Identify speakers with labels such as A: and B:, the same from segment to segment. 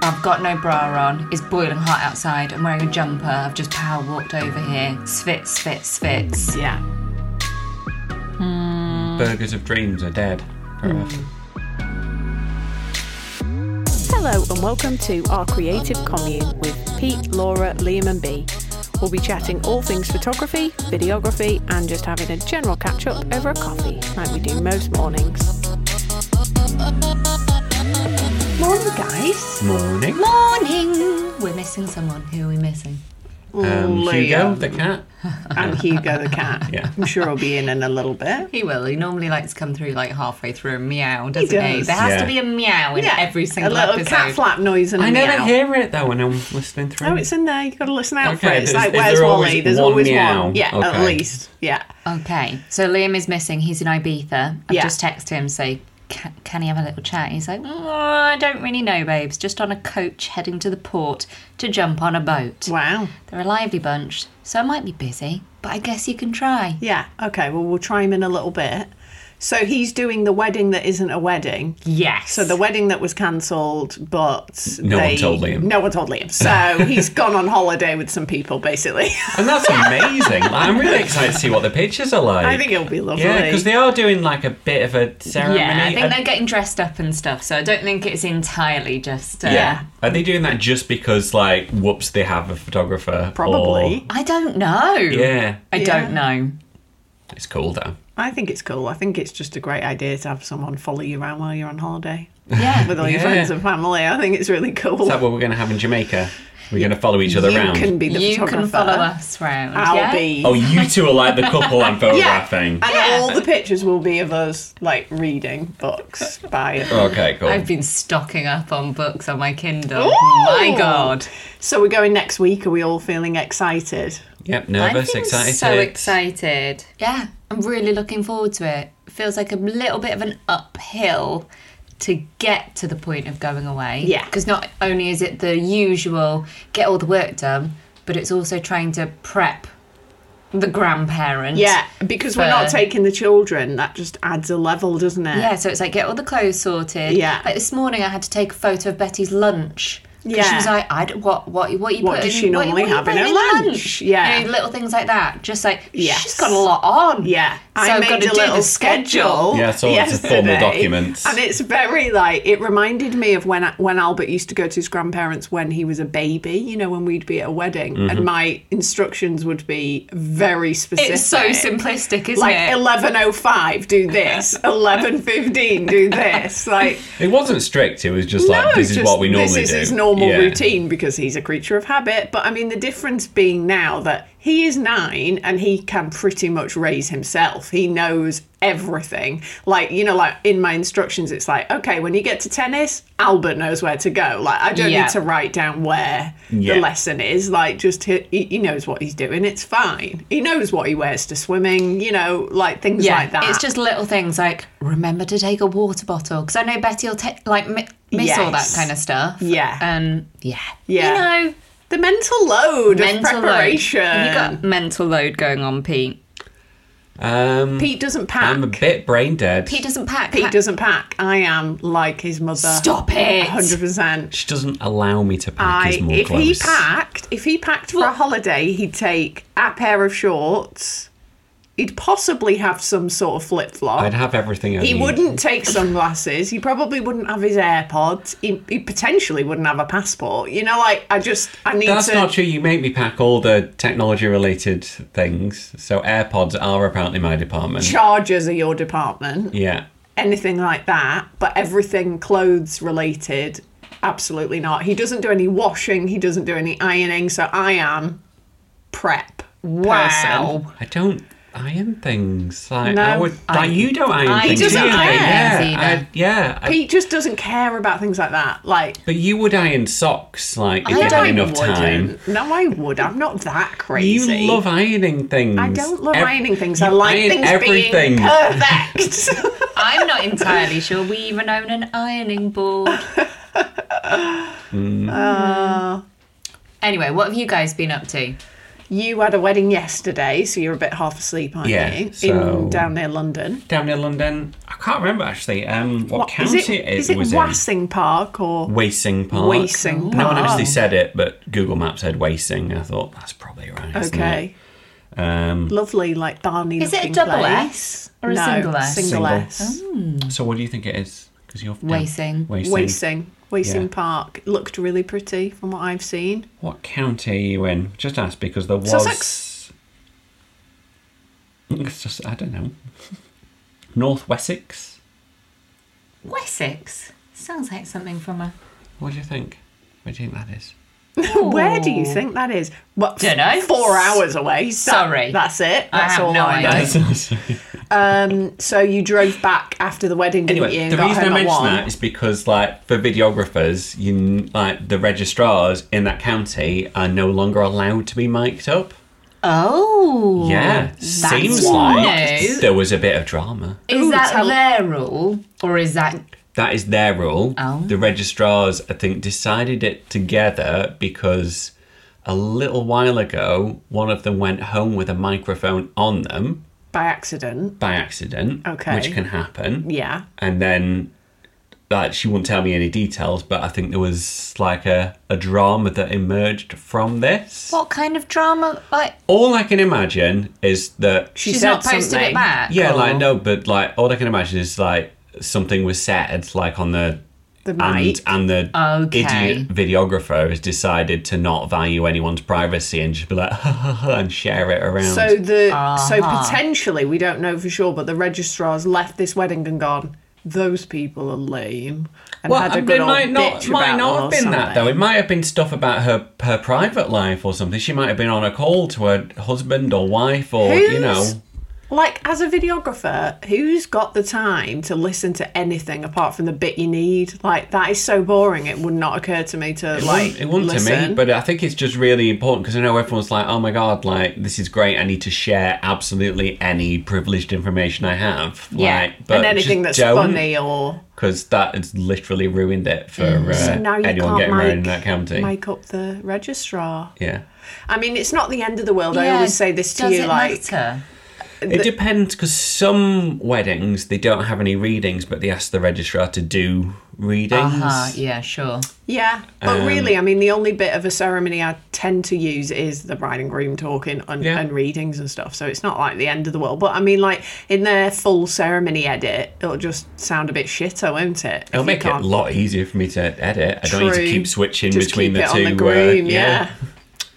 A: I've got no bra on. It's boiling hot outside. I'm wearing a jumper. I've just power walked over here. Svit, svit, svits.
B: Yeah.
C: Burgers of dreams are dead. Perfect.
B: Hello and welcome to Our Creative Commune with Pete, Laura, Liam, and B. We'll be chatting all things photography, videography, and just having a general catch up over a coffee, like we do most mornings.
A: Morning, guys.
C: Morning.
A: Morning. We're missing someone. Who are we missing?
C: Um, Hugo,
B: Liam
C: the cat.
B: and Hugo the cat.
C: Yeah.
B: I'm sure he'll be in in a little bit.
A: He will. He normally likes to come through like halfway through and meow, doesn't he?
B: does.
A: There has to
C: Yeah.
A: be a meow in every single
B: a little
A: episode.
B: cat flap noise and a
C: I never
B: meow.
C: hear it though when I'm listening through.
B: No, it's in there. You've got to listen out for
C: Okay,
B: it. It's
C: is-
B: like,
C: is
B: where's
C: there always
B: Wally? There's
C: one
B: always
C: meow?
B: one. Yeah, at
C: Okay.
B: least. Yeah.
A: Okay, so Liam is missing. He's in Ibiza. I've
B: Yeah.
A: just texted him, say, can, can he have a little chat? He's like, "Mm, I don't really know, babes. Just on a coach heading to the port to jump on a boat.
B: Wow.
A: They're a lively bunch, so I might be busy, but I guess you can try.
B: Yeah. Okay. Well, we'll try him in a little bit. So he's doing the wedding that isn't a wedding.
A: Yes.
B: So the wedding that was cancelled, but
C: No one
B: they-
C: told Liam.
B: No one told Liam. So he's gone on holiday with some people, basically.
C: And that's amazing. Like, I'm really excited to see what the pictures are like.
B: I think it'll be lovely.
C: Yeah, because they are doing like a bit of a ceremony.
A: yeah, I
C: Are-
A: think they're getting dressed up and stuff, so I don't think it's entirely just. Uh,
B: Yeah.
C: Are they doing that just because, like, whoops, they have a photographer?
B: Probably.
A: I don't know.
C: Or- Yeah,
A: I don't know.
C: it's cool though.
B: I think it's cool. I think it's just a great idea to have someone follow you around while you're on holiday
A: Yeah.
B: with all your
C: Yeah.
B: friends and family. I think it's really cool.
C: Is that what we're going to have in Jamaica? We're going to follow each other
B: you
C: around.
B: can be the
A: you
B: photographer.
A: can follow us round.
B: I'll
A: yeah?
B: be.
C: Oh, you two are like the couple I'm
B: yeah.
C: photographing.
B: And
A: Yeah.
B: all the pictures will be of us like reading books by
C: Okay, cool.
A: I've been stocking up on books on my Kindle.
B: Ooh!
A: My God.
B: So we're going next week. Are we all feeling excited?
C: Yep, nervous,
A: I'm
C: excited.
A: So excited. Yeah, I'm really looking forward to it. It feels like a little bit of an uphill to get to the point of going away.
B: Yeah.
A: Because not only is it the usual get all the work done, but it's also trying to prep the grandparent.
B: Yeah, because we're not
A: For-
B: taking the children. That just adds a level, doesn't it?
A: Yeah, so it's like get all the clothes sorted.
B: Yeah.
A: Like this morning, I had to take a photo of Betty's lunch. 'Cause She
B: Yeah.
A: was like, I d- what, what, what you
B: What
A: put
B: does
A: in-
B: she
A: what-
B: normally
A: what you
B: have
A: put
B: in her lunch? Yeah.
A: You know, little things like that. Just like,
B: Yes.
A: she's got a lot on.
B: Yeah,
A: So
B: I
A: I've
B: made
A: gotta
B: a
A: do the
B: little
A: schedule.
B: schedule.
C: Yeah, I saw lots of formal
B: yesterday,
C: documents.
B: and it's very like it reminded me of when when Albert used to go to his grandparents when he was a baby. You know, when we'd be at a wedding,
C: Mm-hmm.
B: and my instructions would be very specific.
A: It's so simplistic, isn't
B: Like
A: it?
B: eleven oh five, do this. Eleven fifteen, do this. Like
C: It wasn't strict. It was just like
B: no,
C: this is
B: just-
C: what we normally
B: This is
C: do.
B: his normal
C: Yeah.
B: routine because he's a creature of habit. But I mean, the difference being now that he is nine and he can pretty much raise himself. He knows everything. Like you know, like in my instructions, it's like okay, when you get to tennis, Albert knows where to go. Like I don't
A: Yeah.
B: need to write down where
C: Yeah.
B: the lesson is. Like just he, he he knows what he's doing. It's fine. He knows what he wears to swimming. You know, like things
A: yeah,
B: like that.
A: it's just little things like remember to take a water bottle because I know Betty will ta- like mi- miss all that
B: Yes.
A: kind of stuff.
B: Yeah.
A: um, yeah,
B: Yeah.
A: You know,
B: the mental load of
A: mental
B: preparation.
A: load. Have You got mental load going on, Pete.
C: Um,
B: Pete doesn't pack.
C: I'm a bit brain dead.
A: Pete doesn't pack.
B: Pete
A: Pack-
B: doesn't pack. I am like his mother.
A: Stop it.
B: Hundred percent.
C: She doesn't allow me to pack
B: I
C: his more
B: if he
C: clothes.
B: packed, if he packed for a holiday, he'd take a pair of shorts. He'd possibly have some sort of flip
C: I'd
B: flop.
C: have everything. I
B: He
C: need.
B: wouldn't take sunglasses. He probably wouldn't have his AirPods. He, he potentially wouldn't have a passport. You know, like I just I need
C: That's
B: to.
C: not true. You make me pack all the technology-related things. So AirPods are apparently my department.
B: Chargers are your department.
C: yeah.
B: anything like that, but everything clothes related, absolutely not. He doesn't do any washing, he doesn't do any ironing, so I am prep.
A: Wow.
C: I don't iron things. Like,
B: No,
C: I would, like
A: I-
C: you don't iron
A: I
C: things.
B: doesn't
C: do you?
B: iron
C: yeah,
A: things either.
C: I, yeah. I-
B: Person. He just doesn't care about things like that. Like
C: but you would iron socks, like if
A: I
C: you
A: don't
C: had enough
B: wouldn't.
C: time.
B: No, I would. I'm not that
C: You
B: crazy.
C: love ironing things.
B: I don't love
C: Ev-
B: ironing things. I
C: you
B: like
C: iron
B: things
C: everything.
B: being perfect.
A: I'm not entirely sure we even own an ironing board. Mm. Uh. Anyway, what have you guys been up to?
B: You had a wedding yesterday, so you're a bit half asleep, aren't
C: Yeah,
B: you?
C: so-
B: In down near London.
C: Down near London, I can't remember actually um, what,
B: Is
C: county
B: it, is
C: it
B: it
C: was in.
B: Wassing Park or
C: Wasing Park.
B: Wasing
C: No one
B: Park?
C: actually said it, but Google Maps said Wasing. I thought that's probably right. isn't
B: Okay.
C: it? Um,
B: Lovely, like Barney.
A: Is it a
B: looking
A: double
B: place.
A: S or a
B: no,
A: single S?
B: Single,
C: Single. Oh.
B: S.
C: so what do you think it is? Because you're down-
A: Wasing.
C: Wasing.
B: Wasing. Wasing
C: Yeah.
B: Park. It looked really pretty from what I've seen.
C: What county are you in? Just ask because there was.
B: Sussex.
C: It's just I don't know. North Wessex.
A: Wessex sounds like something from a.
C: What do you think? What do you think that is?
B: Where do you
A: Ooh.
B: think that is? What?
A: Dunno.
B: Four hours away. That-
A: Sorry.
B: that's it. That's
A: I have
B: all
A: no
B: I know.
A: idea.
B: Um, so you drove back after the wedding, didn't
C: Anyway,
B: you? and
C: the
B: got
C: reason I
B: home at
C: mention
B: one?
C: that is because, like, for videographers, you like the registrars in that county are no longer allowed to be mic'd up.
A: Oh.
C: yeah,
A: that's
C: seems
A: new.
C: like there was a bit of drama.
A: Is
B: Ooh,
A: that
B: tell-
A: their rule or is that
C: That is their rule.
A: Oh.
C: The registrars, I think, decided it together because a little while ago, one of them went home with a microphone on them
B: by accident.
C: by accident,
B: Okay.
C: which can happen.
B: Yeah.
C: and then like she won't tell me any details but i think there was like a, a drama that emerged from this
A: what kind of drama? Like
C: all i can imagine is that
B: She
A: she's
B: said
A: not posted
B: something.
A: it back.
C: yeah
A: or-
C: like no but like all i can imagine is like something was said like on the
B: The
C: and,
B: mic.
C: and the
A: Okay.
C: idiot videographer has decided to not value anyone's privacy and just be like and share it around
B: So the so
A: Uh-huh.
B: potentially we don't know for sure, but the registrars left this wedding and gone. Those people are lame. And
C: Well,
B: had a
C: I mean,
B: good
C: it
B: old
C: might not,
B: bitch
C: might
B: about
C: not
B: them
C: have
B: or
C: been that though.
B: something.
C: It might have been stuff about her her private life or something. She might have been on a call to her husband or wife or you
B: Who's-
C: know.
B: Like as a videographer, who's got the time to listen to anything apart from the bit you need? Like that is so boring. It would not occur to me to
C: It
B: like
C: wasn't, it wasn't to
B: listen.
C: me, but I think it's just really important because I know everyone's like, "Oh my god, like this is great! I need to share absolutely any privileged information I have."
A: Yeah.
C: like, but
B: and anything
C: just
B: that's
C: don't,
B: funny or
C: because that has literally ruined it for uh,
B: so now you
C: anyone
B: can't
C: getting married in
B: make-
C: that county.
B: make up the registrar.
C: yeah.
B: I mean, it's not the end of the world. I
A: Yeah,
B: always say this to
A: does
B: you,
A: it
B: like
A: matter?
C: It depends because some weddings they don't have any readings, but they ask the registrar to do readings.
A: Uh-huh, yeah, sure.
B: yeah, but
C: Um,
B: really, I mean, the only bit of a ceremony I tend to use is the bride and groom talking and,
C: Yeah.
B: and readings and stuff. So it's not like the end of the world. But I mean, like in their full ceremony edit, it'll just sound a bit shitter, won't it? If
C: It'll
B: you
C: make it a
B: can't-
C: lot easier for me to edit. I don't need
B: True.
C: to keep switching
B: Just
C: between
B: keep
C: the
B: it
C: two.
B: On the
C: uh,
B: groom, yeah.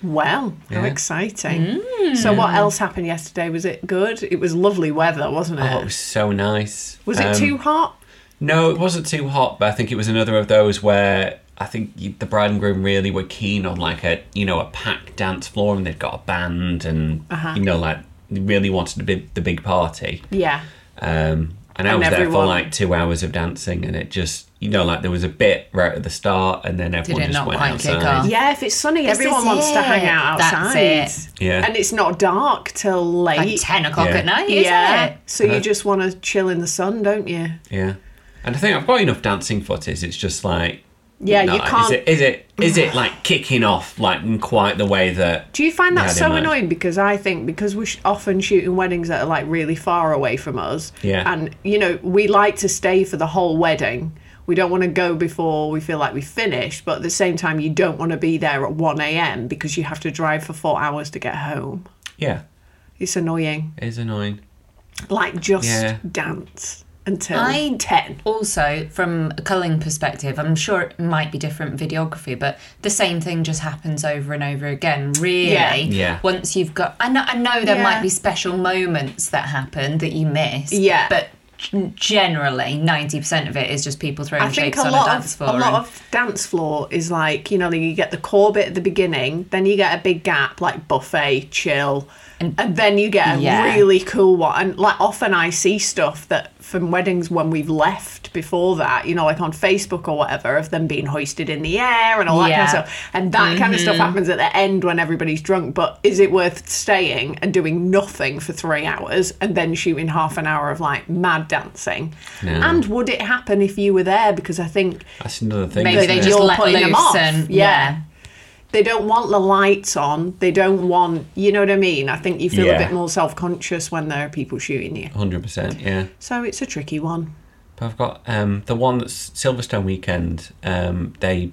B: Well, how
C: Yeah. Hmm.
B: exciting! So, what else happened yesterday? Was it good? It was lovely weather, wasn't it?
C: Oh, it was so nice.
B: was it
C: Um,
B: too hot?
C: No, it wasn't too hot, but I think it was another of those where I think you- the bride and groom really were keen on like a you know a packed dance floor, and they'd got a band, and
B: Uh-huh.
C: you know like they really wanted the big, the big party.
B: Yeah.
C: Um, and I
B: And
C: was there for
B: everyone-
C: like two hours of dancing, and it just, you know, like there was a bit right at the start, and then everyone
A: it
C: just
A: not
C: went
A: quite kick
C: outside.
A: off?
B: Yeah, if it's sunny, everyone
A: is
B: wants to hang
A: it.
B: out
A: That's
B: outside.
A: it.
C: Yeah.
B: And it's not dark till late.
A: Like 10 o'clock
C: Yeah.
A: at night, isn't
B: Yeah.
A: it?
B: So
C: Uh-huh.
B: you just want to chill in the sun, don't you?
C: Yeah. And I think I've got enough dancing footage. It's just like,
B: Yeah,
C: no,
B: you can't.
C: Is it, is it is it like kicking off like in quite the way that?
B: Do you find
C: Yeah,
B: that
C: I
B: so
C: don't mind.
B: annoying? Because I think because we're sh- often shooting weddings that are like really far away from us.
C: Yeah.
B: And you know we like to stay for the whole wedding. We don't want to go before we feel like we finished, but at the same time, you don't want to be there at 1 a.m. because you have to drive for four hours to get home.
C: Yeah,
B: It's annoying.
C: it is annoying.
B: Like, just
C: Yeah.
B: dance until
A: I-
B: 10.
A: Also, from a culling perspective, I'm sure it might be different videography, but the same thing just happens over and over again, really.
B: Yeah.
C: Yeah.
A: Once you've got, I know, I know there
B: Yeah.
A: might be special moments that happen that you miss.
B: Yeah.
A: But g- generally, 90% of it is just people throwing
B: I think
A: shapes
B: a
A: on
B: lot
A: a dance
B: of
A: floor. eh?
B: a lot
A: and-
B: of dance floor is like you know you get the core bit at the beginning, then you get a big gap like buffet chill, and, then you get a
A: Yeah.
B: really cool one. And like often I see stuff that from weddings when we've left before that, you know, like on Facebook or whatever, of them being hoisted in the air and all that
A: Yeah.
B: kind of stuff. And that kind of stuff
A: Mm-hmm.
B: happens at the end when everybody's drunk. But is it worth staying and doing nothing for three hours and then shooting half an hour of like mad dancing?
C: No.
B: And would it happen if you were there? Because I think
C: That's another thing.
A: Maybe
C: isn't
A: they
C: it?
A: just
B: You're
A: let
B: putting
A: loose
B: them off.
A: and
B: Yeah. They don't want the lights on. They don't want, you know what I mean? I think you feel
C: Yeah.
B: a bit more self conscious when there are people shooting you.
C: 100%, yeah.
B: So it's a tricky one.
C: But I've got um, the one that's Silverstone weekend. Um, they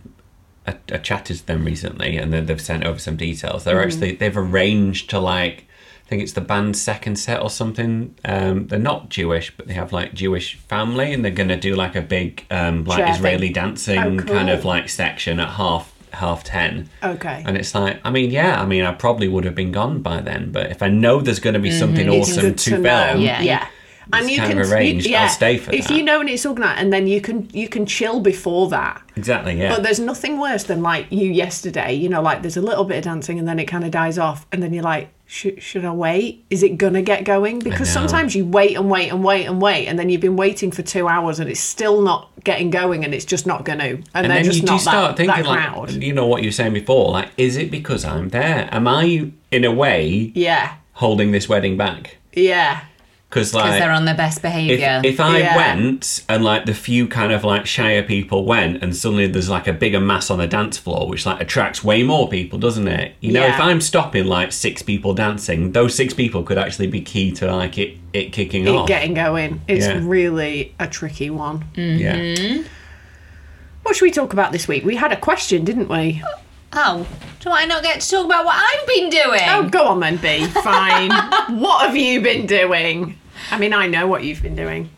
C: I, I chatted to them recently, and then they've sent over some details. They're
B: Mm-hmm.
C: actually they've arranged to like I think it's the band's second set or something. Um, they're not Jewish, but they have like Jewish family, and they're gonna do like a big um, like
B: Sure thing.
C: Israeli dancing
B: Oh,
C: kind of
B: cool.
C: like section at half half ten.
B: Okay.
C: And it's like, I mean, yeah, I mean, I probably would have been gone by then, but if I know there's going to
B: Mm-hmm.
C: be something
B: It's
C: awesome
B: good
C: to,
B: know.
C: film,
A: Yeah.
B: And
C: It's
B: you
C: kind
B: can
C: of arranged.
B: you- yeah,
C: I'll stay for
B: if
C: that.
B: you know and it's organised, and then you can you can chill before that.
C: exactly, yeah.
B: But there's nothing worse than like you yesterday. You know, like there's a little bit of dancing and then it kind of dies off, and then you're like, should should I wait? Is it gonna get going? Because
C: know.
B: sometimes you wait and wait and wait and wait, and then you've been waiting for two hours and it's still not getting going, and it's just not gonna. And,
C: and
B: they're
C: then
B: just
C: you do
B: not that,
C: start thinking
B: that
C: like
B: crowd.
C: you know what you were saying before like is it because i'm there am i in a way
B: yeah,
C: holding this wedding back
B: yeah,
C: because
A: because they're
C: like
A: on their best
C: if,
A: behaviour.
C: if i
B: Yeah.
C: went and like the few kind of like shyer people went and suddenly there's like a bigger mass on the dance floor which like attracts way more people doesn't it you know
B: Yeah.
C: if i'm stopping like six people dancing those six people could actually be key to like it it kicking
B: it
C: off
B: getting going. It's
C: Oh. Yeah.
B: really a tricky one.
C: yeah
B: What should we talk about this week? We had a question, didn't we?
A: oh, do I not get to talk about what I've been doing?
B: Oh, go on then, B. Fine. what have you been doing? I mean, I know what you've been doing.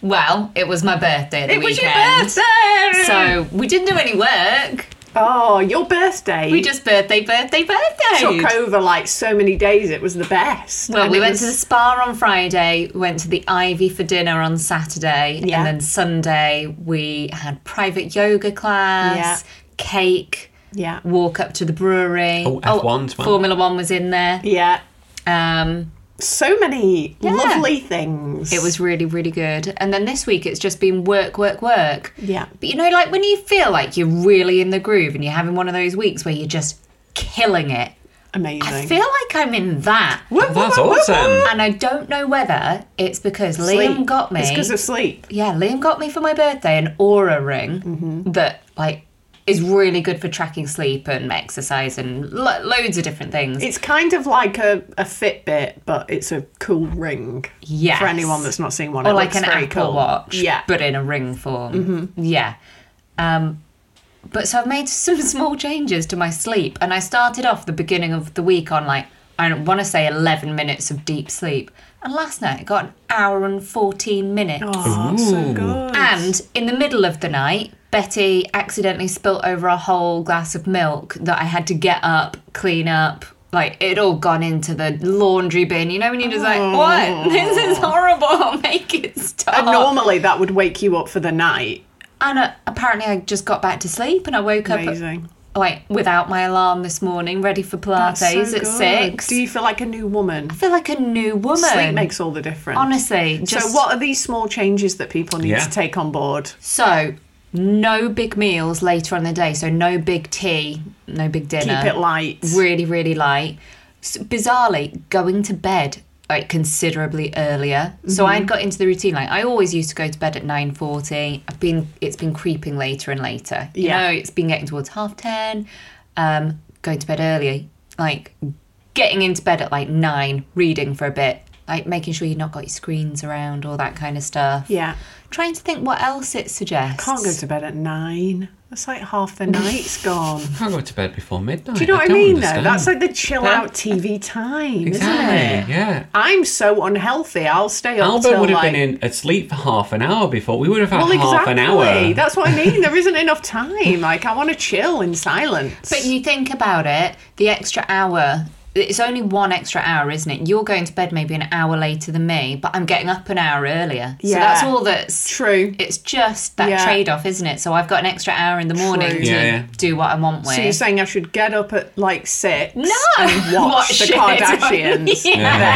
A: Well, it was my birthday. The
B: It was your
A: weekend.
B: birthday!
A: So we didn't do any work.
B: Oh, your birthday.
A: We just birthday, birthday, birthday.
B: took over like so many days. It was the best.
A: Well,
B: And
A: we
B: it
A: went
B: was-
A: to the spa on Friday, went to the Ivy for dinner on Saturday,
B: Yeah.
A: and then Sunday we had private yoga class, cake,
B: Yeah.
A: walk up to the brewery.
C: Oh, F1 as well.
A: Formula One was in there.
B: Yeah.
A: Um,
B: So many lovely things.
A: it was really, really good. And then this week it's just been work, work, work.
B: Yeah.
A: But you know, like when you feel like you're really in the groove and you're having one of those weeks where you're just killing it,
B: amazing.
A: I feel like I'm in that.
B: Whoop,
C: that's
B: whoop, whoop, whoop.
C: awesome
A: And I don't know whether it's because Liam
B: Mm. Sleep.
A: got me.
B: It's because of sleep.
A: yeah, Liam got me for my birthday an aura ring
B: Mm-hmm.
A: that like is really good for tracking sleep and exercise and lo- loads of different things.
B: It's kind of like a, a Fitbit, but it's a cool ring.
A: Yes.
B: For anyone that's not seen one,
A: or
B: it
A: like
B: looks
A: an
B: very
A: Apple
B: cool.
A: Watch,
B: Yeah. Mm-hmm.
A: but in a ring form. Yeah. Um, but so I've made some small changes to my sleep, and I started off the beginning of the week on like I want to say eleven minutes of deep sleep, and last night I got an hour and fourteen minutes.
B: oh, so good.
A: And in the middle of the night, Betty accidentally spilt over a whole glass of milk that I had to get up, clean up. Like it all gone into the laundry bin. You know when you're just like, what? This is horrible. Make it stop.
B: And normally that would wake you up for the night.
A: And uh, apparently, I just got back to sleep and I woke
B: Amazing.
A: up like without my alarm this morning, ready for Pilates
B: That's so
A: at
B: good.
A: six.
B: Do you feel like a new woman?
A: I feel like a new woman.
B: Sleep makes all the difference.
A: honestly. Just,
B: so, what are these small changes that people need
C: Yeah.
B: to take on board?
A: So, no big meals later on in the day. So no big tea, no big dinner.
B: Keep it light.
A: Really, really light. S bizarrely, going to bed like considerably earlier. So
B: Mm-hmm.
A: I'd got into the routine. Like I always used to go to bed at nine forty. I've been it's been creeping later and later. You
B: Yeah.
A: know, it's been getting towards half ten. Um, going to bed early, like getting into bed at like nine, reading for a bit, like making sure you've not got your screens around, all that kind of stuff.
B: Yeah.
A: Trying to think what else it suggests.
B: Can't go to bed at nine. That's like half the night's gone.
C: I can't go to bed before midnight.
B: Do you know what I
C: don't
B: mean,
C: understand.
B: though? That's like the chill out TV time, isn't it?
C: exactly. Yeah.
B: I'm so unhealthy. I'll stay up
C: Albert
B: till
C: would have
B: like...
C: been in asleep for half an hour before. We would have had
B: Well,
C: half
B: exactly.
C: an hour.
B: That's what I mean. There isn't enough time. Like, I want to chill in silence.
A: But you think about it, the extra hour. It's only one extra hour, isn't it? You're going to bed maybe an hour later than me, but I'm getting up an hour earlier. So
B: Yeah.
A: that's all that's
B: True.
A: It's just that
B: Yeah.
A: trade off, isn't it? So I've got an extra hour in the morning
B: True.
A: to
C: Yeah, yeah.
A: do what I want with.
B: So you're saying I should get up at like six and
A: What
B: watch the
A: shit.
B: Kardashians?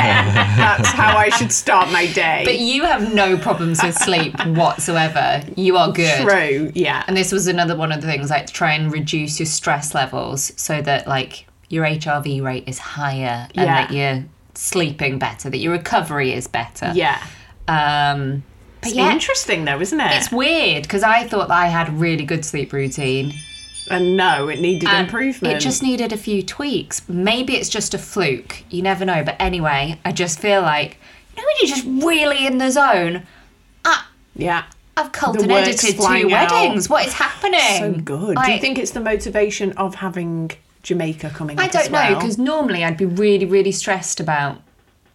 B: That's how I should start my day.
A: But you have no problems with sleep whatsoever. You are good.
B: True, yeah.
A: And this was another one of the things, like to try and reduce your stress levels so that like your HRV rate is higher and
B: Yeah.
A: that you're sleeping better, that your recovery is better.
B: yeah.
A: Um, but
B: It's
A: yeah,
B: interesting though, isn't it?
A: it's weird because I thought that I had a really good sleep routine,
B: And no, it needed improvement.
A: It just needed a few tweaks. Maybe it's just a fluke. You never know. But anyway, I just feel like, you know, when you're just really in the zone, I,
B: yeah.
A: I've culled
B: The
A: and
B: work's
A: edited two
B: flying out.
A: weddings. What is happening?
B: So good. Do you
A: um, Like,
B: think it's the motivation of having Jamaica coming
A: I
B: up as
A: don't know
B: well?
A: because normally I'd be really, really stressed about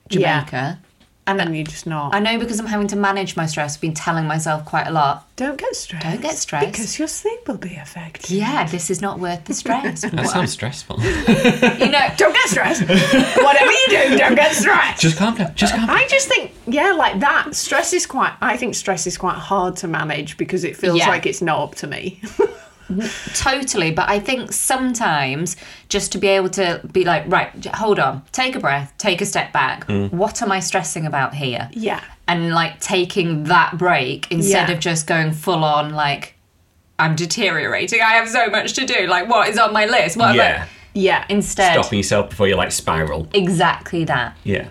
B: Yeah.
A: Jamaica.
B: And you're just not.
A: I know because I'm having to manage my stress. I've been telling myself quite a lot.
B: don't get stressed.
A: Don't get stressed.
B: Because your sleep will be affected.
A: Yeah, this is not worth the stress.
C: That sounds stressful.
A: you know,
B: Don't get stressed. Whatever you do, don't get stressed.
C: just calm down. Just calm down.
B: I just think, yeah, like that. Stress is quite. I think stress is quite hard to manage because it feels
A: Yeah.
B: like it's not up to me.
A: Totally, but I think sometimes just to be able to be like, right, j- hold on, take a breath, take a step back. What am I stressing about here?
B: Yeah.
A: And like taking that break instead
B: Yeah.
A: of just going full on, like, I'm deteriorating. I have so much to do. Like, what is on my list? What am I-"
C: yeah.
B: Yeah.
A: Instead,
C: Stopping yourself before you like spiral.
A: exactly that.
C: Yeah.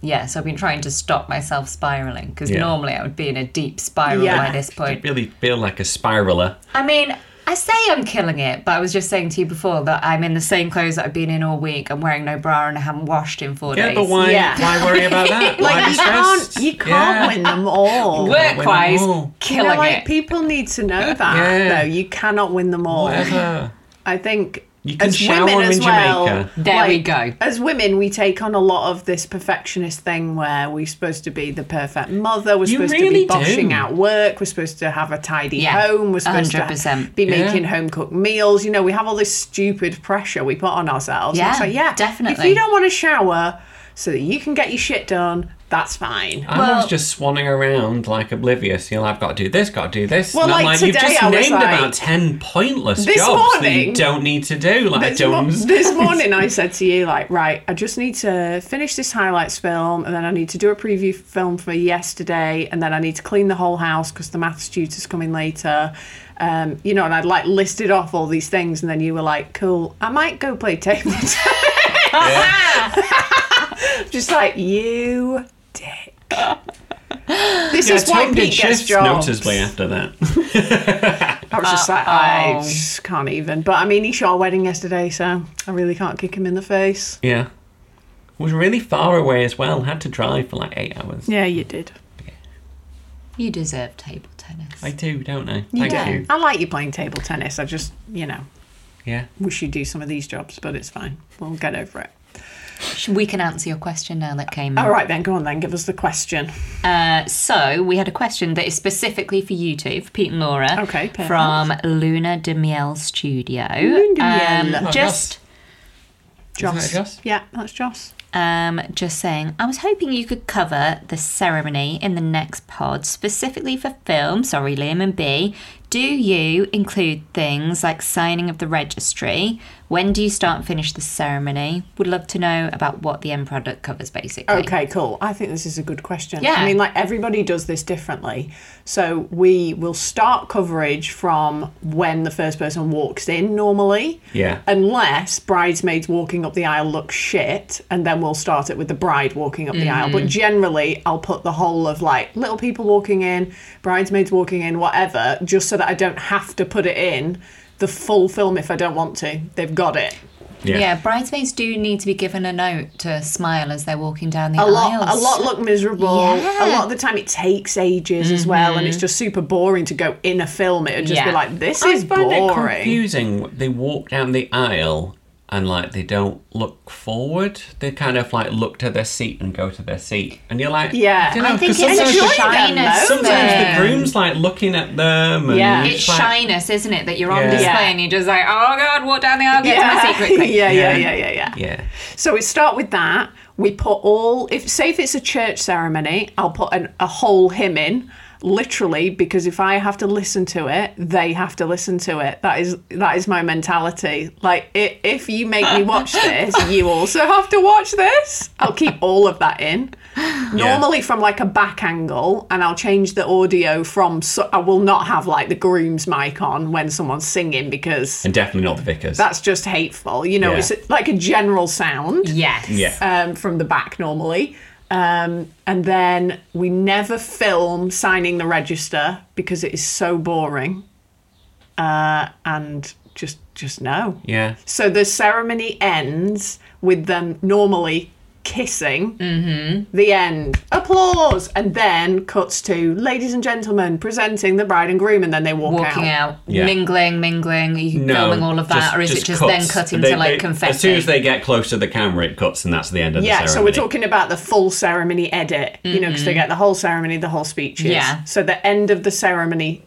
A: Yeah, so I've been trying to stop myself spiraling because
C: Yeah.
A: normally I would be in a deep spiral
B: Yeah.
A: by this point.
C: I really feel like a spiraler.
A: I mean, I say I'm killing it, but I was just saying to you before that I'm in the same clothes that I've been in all week. I'm wearing no bra and I haven't washed in four
C: Yeah,
A: days.
C: but why?
B: Yeah.
C: Why worry about
B: like
C: that? why be
B: you can't.
C: stressed?
B: You can't
C: Yeah.
B: win them all.
C: Win
A: Work-wise,
C: them all.
B: You know,
A: killing
B: like
A: it.
B: people need to know that.
C: Yeah.
B: Though you cannot win them all.
C: Whatever.
B: I think
C: You can
B: as
C: shower
B: women
C: them
B: as
C: in
B: well.
C: Jamaica.
A: There we go.
B: As women, we take on a lot of this perfectionist thing where we're supposed to be the perfect mother. We're
C: You
B: supposed
C: really
B: to be boshing
C: do.
B: out work. We're supposed to have a tidy
A: Yeah,
B: home. We're supposed to
A: 100%.
B: ha- be
C: Yeah.
B: making home cooked meals. You know, we have all this stupid pressure we put on ourselves. And
A: Yeah,
B: it's like, yeah, If
A: definitely.
B: you don't want to shower so that you can get your shit done, that's fine.
C: I
A: Well-
C: was just swanning around like oblivious. You know, I've got to do this, got to do this.
B: Well,
C: and I'm
B: like
C: like, you've
B: today
C: just
B: I was
C: named
B: like-
C: about ten pointless
B: This
C: jobs that you
B: morning-
C: don't need to do. Like, I
B: This, mo-
C: don't.
B: this morning, I said to you, like, right, I just need to finish this highlights film, and then I need to do a preview film for yesterday, and then I need to clean the whole house because the maths tutor's coming later. Um, you know, and I'd like listed off all these things, and then you were like, cool, I might go play table tennis. just like, you dick. This is why
C: Tom did
B: Pete gets
C: shifts
B: jobs.
C: noticeably after that.
B: I was just like, I
A: Uh-oh.
B: just can't even. But I mean, he shot a wedding yesterday, so I really can't kick him in the face.
C: Yeah. Was really far away as well. Had to drive for like eight hours.
B: Yeah, you did.
A: You deserve table tennis.
C: I do, don't I? Thank
A: do.
C: you.
B: I like you playing table tennis. I just, you know,
C: Yeah.
B: wish you'd do some of these jobs, but it's fine. We'll get over it.
A: Sh- We can answer your question now that came in.
B: All right, then, go on, then, give us the question.
A: Uh, so we had a question that is specifically for you two, for Pete and Laura.
B: Okay, perfect.
A: From Luna de Miel Studio.
B: Luna de Miel.
A: Um,
C: Oh,
A: just.
B: Joss.
C: that Joss?
B: Yeah, that's Joss.
A: um, just saying, I was hoping you could cover the ceremony in the next pod, specifically for film. Sorry, Liam and B. Do you include things like signing of the registry? When do you start and finish the ceremony? Would love to know about what the end product covers, basically.
B: Okay, cool. I think this is a good question.
A: Yeah.
B: I mean, like everybody does this differently. So we will start coverage from when the first person walks in normally.
C: Yeah.
B: Unless bridesmaids walking up the aisle look shit, and then we'll start it with the bride walking up the aisle. But generally, I'll put the whole of like little people walking in, bridesmaids walking in, whatever, just so that I don't have to put it in the full film if I don't want to. They've got it.
A: Yeah.
C: Yeah.
A: bridesmaids do need to be given a note to smile as they're walking down the
B: a lot
A: aisles.
B: a lot look miserable
A: Yeah.
B: a lot of the time it takes ages as well and it's just super boring to go in a film it would just
A: Yeah.
B: be like this
C: I
B: is
C: find it
B: boring
C: confusing. They walk down the aisle and like they don't look forward. They kind of like look to their seat and go to their seat, and you're like,
B: Yeah.
C: I, don't know,
A: I think
C: 'cause
A: it's
B: sometimes
A: a
B: the-
A: shyness.
C: sometimes
A: thing.
C: the groom's like looking at them. And
B: Yeah.
A: It's
C: like-
A: shyness, isn't it? That you're on
C: Yeah.
A: display
B: Yeah.
A: and you're just like, oh god, walk down the aisle, get to my seat
B: yeah.
A: quickly.
B: yeah, yeah,
C: Yeah.
B: yeah, yeah, yeah.
C: Yeah.
B: So we start with that. We put all if say if it's a church ceremony, I'll put an, a whole hymn in, literally, because if I have to listen to it, they have to listen to it. That is that is my mentality. Like i if you make me watch this, you also have to watch this. I'll keep all of that in. Normally from like a back angle, and I'll change the audio from. So, I will not have like the groom's mic on when someone's singing because
C: And definitely not the vicars.
B: that's just hateful. You know,
C: Yeah.
B: it's like a general sound
A: Yes.
C: yeah.
B: um, from the back normally. Um, and then we never film signing the register because it is so boring uh, and just just no.
C: Yeah.
B: So the ceremony ends with them normally kissing. Mm-hmm. The end. Applause. And then cuts to ladies and gentlemen presenting the bride and groom, and then they walk
A: Walking
B: out.
A: out,
C: Yeah.
A: mingling, mingling, are you
C: No,
A: filming all of that, or is it just
C: cuts.
A: then cutting
C: They-
A: to like
C: they-
A: confetti?
C: As soon as they get close to the camera, it cuts, and that's the end of
B: Yeah,
C: the
B: so we're
C: ceremony.
B: talking about the full ceremony edit, you know, because they get the whole ceremony, the whole speeches.
A: Mm-hmm. Yeah.
B: So the end of the ceremony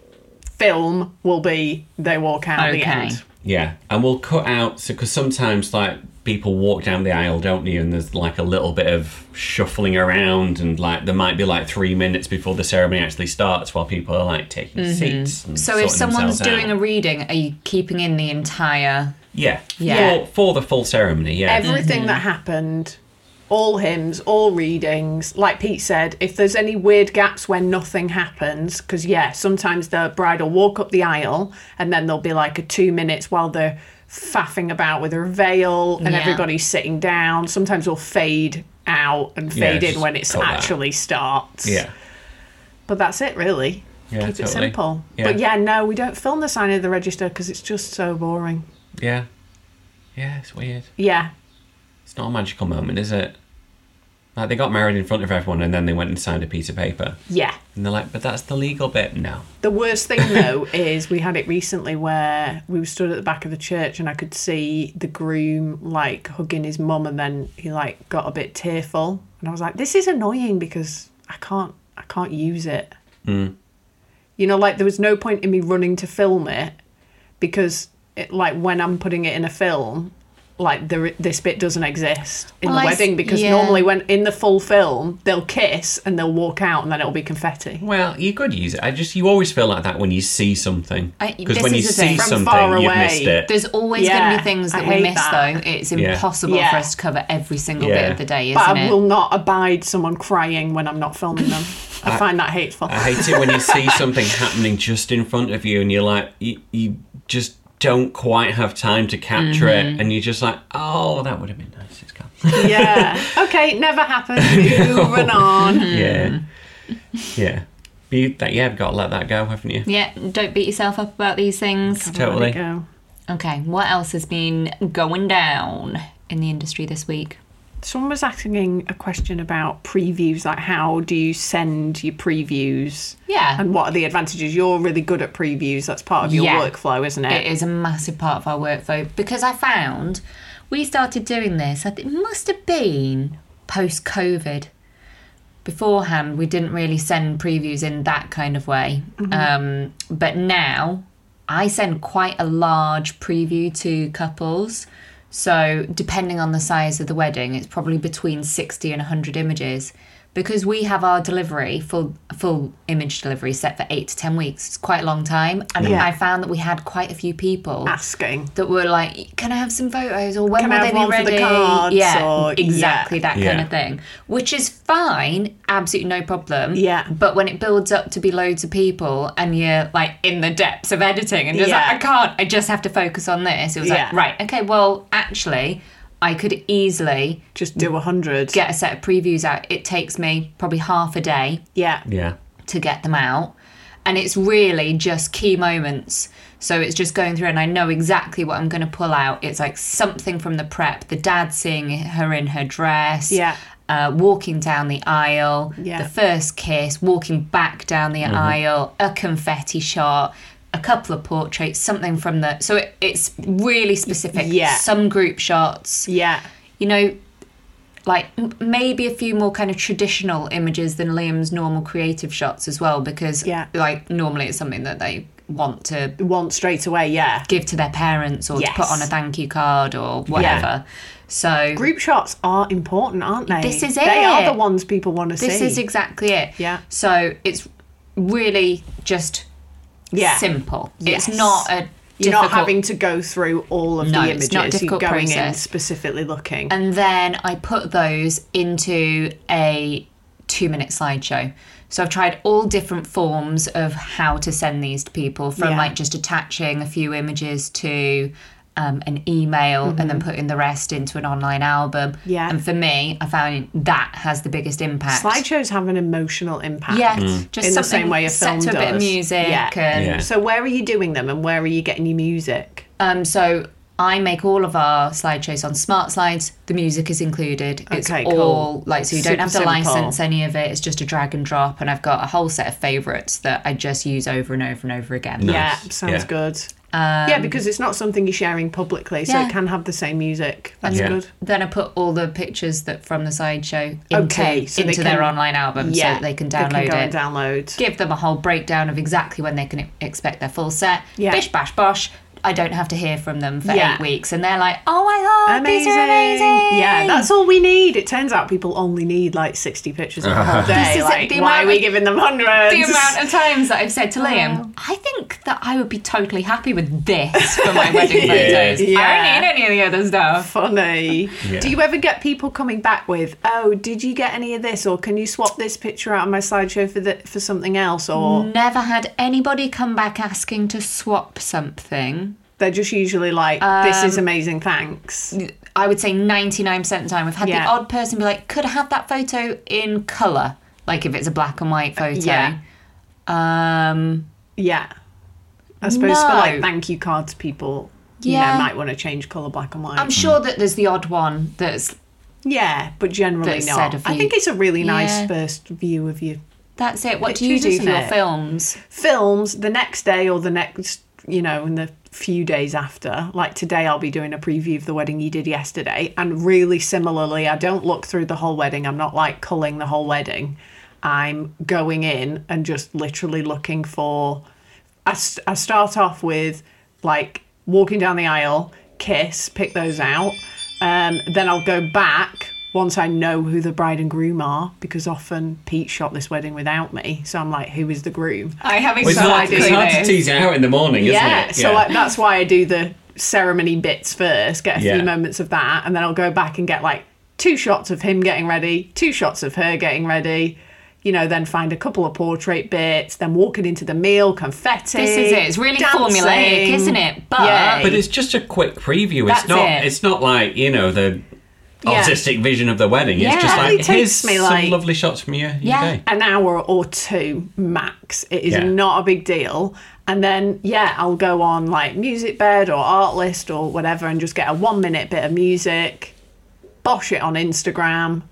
B: film will be they walk out at the
A: Okay.
B: end.
C: Yeah, and we'll cut out so because sometimes like people walk down the aisle, don't you? And there's like a little bit of shuffling around, and like there might be like three minutes before the ceremony actually starts, while people are like taking seats. And
A: so if
C: sorting
A: someone's
C: themselves
A: doing
C: out.
A: a reading, are you keeping in the entire?
C: yeah,
A: Yeah.
C: for, for the full ceremony, yeah,
B: Everything that happened, all hymns, all readings, like Pete said, if there's any weird gaps where nothing happens, because yeah, sometimes the bride will walk up the aisle and then there'll be like a two minutes while they're faffing about with her veil and
A: Yeah.
B: everybody's sitting down. Sometimes we'll fade out and
C: Yeah,
B: fade in
C: just
B: when it
C: cut that.
B: actually starts.
C: yeah.
B: But that's it, really.
C: Yeah,
B: Keep it
C: totally.
B: simple.
C: Yeah.
B: But yeah, no, we don't film the sign of the register because it's just so boring.
C: Yeah. Yeah, it's weird.
B: Yeah.
C: It's not a magical moment, is it? Like they got married in front of everyone and then they went and signed a piece of paper.
B: Yeah.
C: And they're like, but that's the legal bit. No.
B: The worst thing though is we had it recently where we were stood at the back of the church and I could see the groom like hugging his mum and then he like got a bit tearful and I was like, This is annoying because I can't I can't use it.
A: Hmm.
B: You know, like there was no point in me running to film it because it, like when I'm putting it in a film, like there, this bit doesn't exist in
A: Well,
B: the
A: I s-
B: wedding because
A: yeah.
B: normally when in the full film they'll kiss and they'll walk out and then it'll be confetti.
C: Well, you could use it. I just you always feel like that when you see something.
A: I-
C: Because
A: this
C: when you
A: is the
C: see
A: thing.
B: From
C: something,
B: far
C: you've
B: away.
C: missed it.
A: There's always going
B: Yeah,
A: to be things
B: I
A: that we
B: hate
A: miss,
B: that.
A: though. It's
C: Yeah.
A: impossible
B: Yeah.
A: for us to cover every single
C: Yeah.
A: bit of the day,
B: But
A: isn't
B: I
A: it?
B: will not abide someone crying when I'm not filming them. I, find that hateful.
C: I hate it when you see something happening just in front of you and you're like, you, you just don't quite have time to capture it. And you're just like, oh, that would have been nice. It's gone.
B: yeah. Okay, never happened. Moving on.
C: yeah. Yeah. But you, that, yeah, you've got to let that go, haven't you?
A: Yeah, don't beat yourself up about these things.
B: There we
C: Totally.
B: go.
A: Okay, what else has been going down in the industry this week?
B: Someone was asking a question about previews, like how do you send your previews?
A: Yeah.
B: And what are the advantages? You're really good at previews. That's part of your
A: Yeah.
B: workflow, isn't it?
A: It is a massive part of our workflow because I found we started doing this, I think it must have been post COVID. Beforehand, we didn't really send previews in that kind of way. Um, but now I send quite a large preview to couples. So, depending on the size of the wedding, it's probably between 60 and 100 images. Because we have our delivery, full, full image delivery set for eight to 10 weeks. It's quite a long time. And
B: Yeah.
A: I found that we had quite a few people
B: Asking.
A: that were like, "Can I have some photos?" or "When
B: Can I
A: will they
B: have
A: be
B: one for the
A: ready?"
B: cards?
A: yeah,
B: Or-
A: exactly that kind
C: Yeah.
A: of thing, which is fine, absolutely no problem.
B: Yeah.
A: but when it builds up to be loads of people and you're like in the depths of editing and just
B: Yeah.
A: like, I can't, I just have to focus on this. It was
B: Yeah.
A: like, right, okay, well, actually, I could easily
B: Just do a hundred.
A: get a set of previews out. It takes me probably half a day
B: Yeah.
C: Yeah.
A: to get them out. And it's really just key moments. So it's just going through, and I know exactly what I'm going to pull out. It's like something from the prep the dad seeing her in her dress,
B: Yeah.
A: uh, walking down the aisle,
B: Yeah.
A: the first kiss, walking back down the aisle, a confetti shot. A couple of portraits, something from the so it, it's really specific.
B: Yeah.
A: some group shots
B: Yeah.
A: you know, like m- maybe a few more kind of traditional images than Liam's normal creative shots as well, because
B: Yeah.
A: like normally it's something that they want to
B: Want straight away. Yeah.
A: give to their parents or to put
B: Yes.
A: on a thank you card or whatever. So
B: Group shots are important, aren't they?
A: This is
B: They are
A: it.
B: the ones people want to see.
A: this is exactly it.
B: Yeah.
A: So it's really just
B: Yeah.
A: simple.
B: Yes.
A: It's not a
B: You're not
A: difficult-
B: having to go through all of
A: No,
B: the images.
A: it's not a difficult
B: You're going in
A: process.
B: specifically looking.
A: and then I put those into a two minute slideshow. So I've tried all different forms of how to send these to people from
B: Yeah.
A: like just attaching a few images to um, an email and then putting the rest into an online album.
B: Mm-hmm. Yeah.
A: And for me, I found that has the biggest impact.
B: Slideshows have an emotional impact.
A: Yeah, just
B: In
A: something
B: the same way a
A: set
B: film
A: to a bit of
B: does.
A: music
B: Yeah.
A: and
C: Mm. Yeah.
B: So where are you doing them and where are you getting your music?
A: Um, so I make all of our slideshows on smart slides. The music is included. It's
B: Okay, cool.
A: all like so you don't
B: Super
A: have to
B: simple.
A: license any of it. It's just a drag and drop, and I've got a whole set of favourites that I just use over and over and over again.
C: Nice.
B: Yeah, sounds
C: Yeah.
B: good. yeah, because it's not something you're sharing publicly, so
A: Um, Yeah.
B: it can have the same music. That's
C: Yeah.
B: good.
A: Then I put all the pictures that from the sideshow into,
B: Okay, so they
A: into their
B: can-
A: online album Um, so
B: yeah,
A: that they can download
B: go
A: it.
B: and download.
A: give them a whole breakdown of exactly when they can e- expect their full set.
B: Yeah.
A: Bish bash bosh. I don't have to hear from them for
B: Yeah.
A: eight weeks, and they're like, "Oh my god, these are amazing!"
B: Yeah, that's all we need. It turns out people only need like 60 pictures of a whole
A: This
B: day.
A: is
B: Like,
A: the
B: why
A: amount
B: are we
A: of-
B: giving them hundreds?
A: the amount of times that I've said to Liam, I think that I would be totally happy with this for my wedding
C: Yeah.
A: photos. I
B: Yeah.
A: don't need any of the other stuff.
B: Funny.
C: Yeah.
B: Do you ever get people coming back with, "Oh, did you get any of this?" or "Can you swap this picture out of my slideshow for the, for something else?" or
A: Never had anybody come back asking to swap something.
B: they're just usually like, "This
A: Um,
B: is amazing, thanks."
A: I would say 99% of the time, I've had
B: Yeah.
A: the odd person be like, could I have that photo in colour? Like if it's a black and white photo.
B: Yeah.
A: Um,
B: Yeah. I suppose for like
A: No.
B: thank you cards, people you
A: Yeah. Um,
B: know, might want to change colour black and white.
A: I'm sure that there's the odd one that's
B: yeah, but generally
A: That's
B: not.
A: said of
B: I
A: you.
B: think it's a really nice
A: Yeah.
B: first view of your
A: that's it. What do you
B: Pictures,
A: do for
B: isn't
A: your
B: it?
A: films?
B: films the next day or the next, you know, in the few days after. Like today, I'll be doing a preview of the wedding you did yesterday. And really similarly, I don't look through the whole wedding. I'm not like culling the whole wedding. I'm going in and just literally looking for. I, st- I start off with like walking down the aisle, kiss, pick those out. Um, then I'll go back once I know who the bride and groom are, because often Pete shot this wedding without me. So I'm like, who is the groom?
A: I have
C: Well, it's, hard, it's hard to tease out in the morning, isn't
B: yeah,
C: it?
B: so I, that's why I do the ceremony bits first, get a
C: Yeah.
B: few moments of that, and then I'll go back and get like two shots of him getting ready, two shots of her getting ready. You know, then find a couple of portrait bits, then walking into the meal, confetti.
A: This is it. It's really
B: dancing.
A: formulaic, isn't it? But-
B: Yay.
C: But it's just a quick preview.
A: That's
C: It's not.
A: it.
C: It's not like you know the
B: Yeah.
C: artistic vision of the wedding.
A: Yeah.
C: It's just
A: Only
C: like
B: takes
C: here's
B: me,
C: some
B: like-
C: lovely shots from your, your
A: Yeah.
C: day.
B: an hour or two max. It is
C: Yeah.
B: not a big deal. And then, yeah, I'll go on like Music Bed or Artlist or whatever and just get a one minute bit of music, bosh it on Instagram.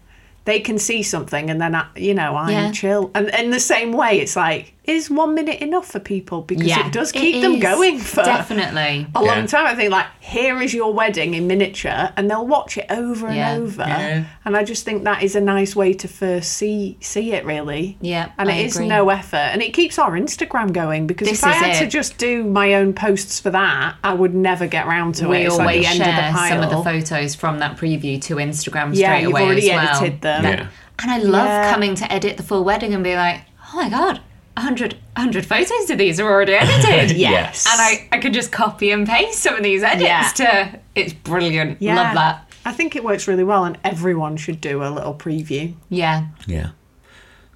B: They can see something and then, I, you know, I'm
A: Yeah.
B: chill. And in the same way, it's like, is one minute enough for people? Because it does keep them
A: is.
B: going for
A: definitely.
B: a
C: Yeah.
B: long time. I think like here is your wedding in miniature, and they'll watch it over
A: Yeah.
B: and over.
C: Yeah.
B: And I just think that is a nice way to first see see it really.
A: Yeah,
B: and
A: I
B: it is
A: agree.
B: no effort, and it keeps our Instagram going because
A: This
B: if I
A: is
B: had to
A: it.
B: just do my own posts for that, I would never get round to it.
A: We
B: It's
A: always
B: like the end of the
A: share
B: pile.
A: some of the photos from that preview to Instagram straight
B: yeah, you've
A: away
B: already
A: as well.
B: edited them.
C: Yeah.
A: And I love
B: Yeah.
A: coming to edit the full wedding and be like, oh my god, 100, 100 photos of these are already edited.
C: Yeah.
B: Yes,
A: And I, I could just copy and paste some of these edits to. It's brilliant.
B: Yeah.
A: Love that.
B: I think it works really well, and everyone should do a little preview.
A: Yeah.
C: Yeah.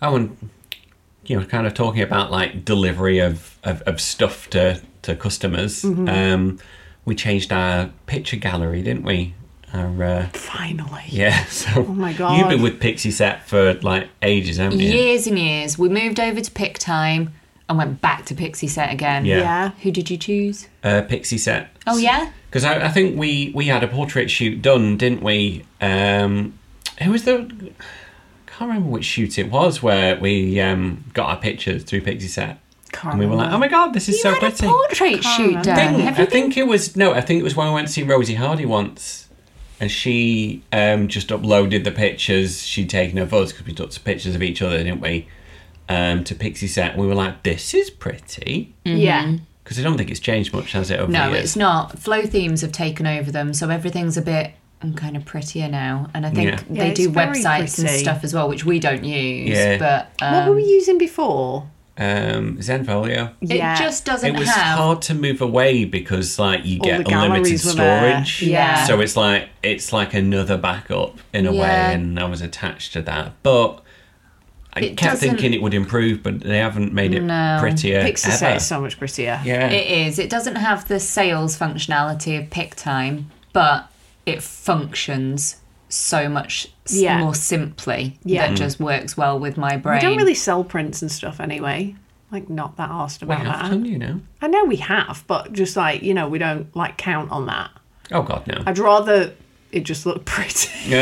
C: Oh, and you know, kind of talking about like delivery of of, of stuff to to customers. Um, we changed our picture gallery, didn't we? Our uh,
B: Finally,
C: yeah. So oh
B: my God.
C: you've been with Pixie Set for like ages, haven't you?
A: Years and years. We moved over to Pick Time and went back to Pixie Set again.
C: Yeah.
B: yeah.
A: Who did you choose?
C: Uh, Pixie Set.
A: Oh, yeah?
C: Because I, I think we we had a portrait shoot done, didn't we? Um, who was the? Can't remember which shoot it was where we um, got our pictures through Pixie Set,
B: Can't
C: and we were like,
B: remember.
C: "Oh my god, this is so
A: you had
C: pretty."
A: a portrait shoot
B: remember.
A: done.
C: I think,
A: Have
C: I
A: you
C: think it was no, I think it was when we went to see Rosie Hardy once, and she um, just uploaded the pictures she'd taken of us because we took some pictures of each other, didn't we? Um, to Pixie Set, and we were like, "This is pretty,"
A: Mm-hmm. Um,
B: yeah.
C: because I don't think it's changed much, has it? Over
A: Mm. No,
C: the years?
A: it's not. Flow themes have taken over them, so everything's a bit and kind of prettier now. And I think
C: Yeah.
A: they
B: Yeah,
A: do
B: it's very
A: websites and
B: pretty.
A: stuff as well, which we don't use.
C: Yeah.
A: But um,
B: What were we using before?
C: um, Zenfolio.
A: it just doesn't
C: It was
A: have.
C: hard to move away because like you get
B: the
C: unlimited
B: galleries were there.
C: storage.
A: Yeah.
C: So it's like it's like another backup in a
A: Yeah.
C: way, and I was attached to that, but. I
A: It
C: kept
A: doesn't-
C: thinking it would improve, but they haven't made it
A: No.
C: prettier
B: Pixie
C: ever.
B: set is so much prettier.
C: Yeah.
A: It is. It doesn't have the sales functionality of pick time, but it functions so much s-
B: Yeah.
A: more simply
B: Yeah.
A: that just works well with my brain.
B: We don't really sell prints and stuff anyway. like not that arsed
C: We
B: about
C: have
B: that.
C: done, you know.
B: I know we have, but just like you know, we don't like count on that.
C: Oh God, no.
B: I'd rather it just look pretty.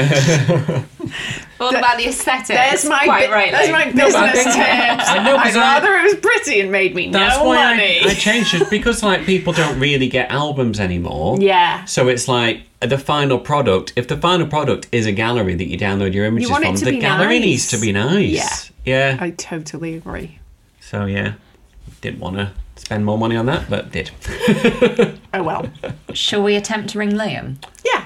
A: All about the aesthetics.
B: There's my
A: quite
B: bi-
A: rightly.
B: that's my
C: but I
B: business
C: think-
B: tips.
C: I know, 'cause
B: I'd
C: I-
B: rather it was pretty and made me
C: That's
B: no
C: why I-
B: money.
C: I, changed it because like people don't really get albums anymore.
B: Yeah.
C: So it's like the final product. If the final product is a gallery that you download your images
B: want it
C: from,
B: to
C: the
B: be
C: gallery
B: nice.
C: needs to be nice. Yeah.
B: I totally agree.
C: So yeah, didn't want to spend more money on that, but did.
B: Oh well.
A: Shall we attempt to ring Liam?
B: Yeah.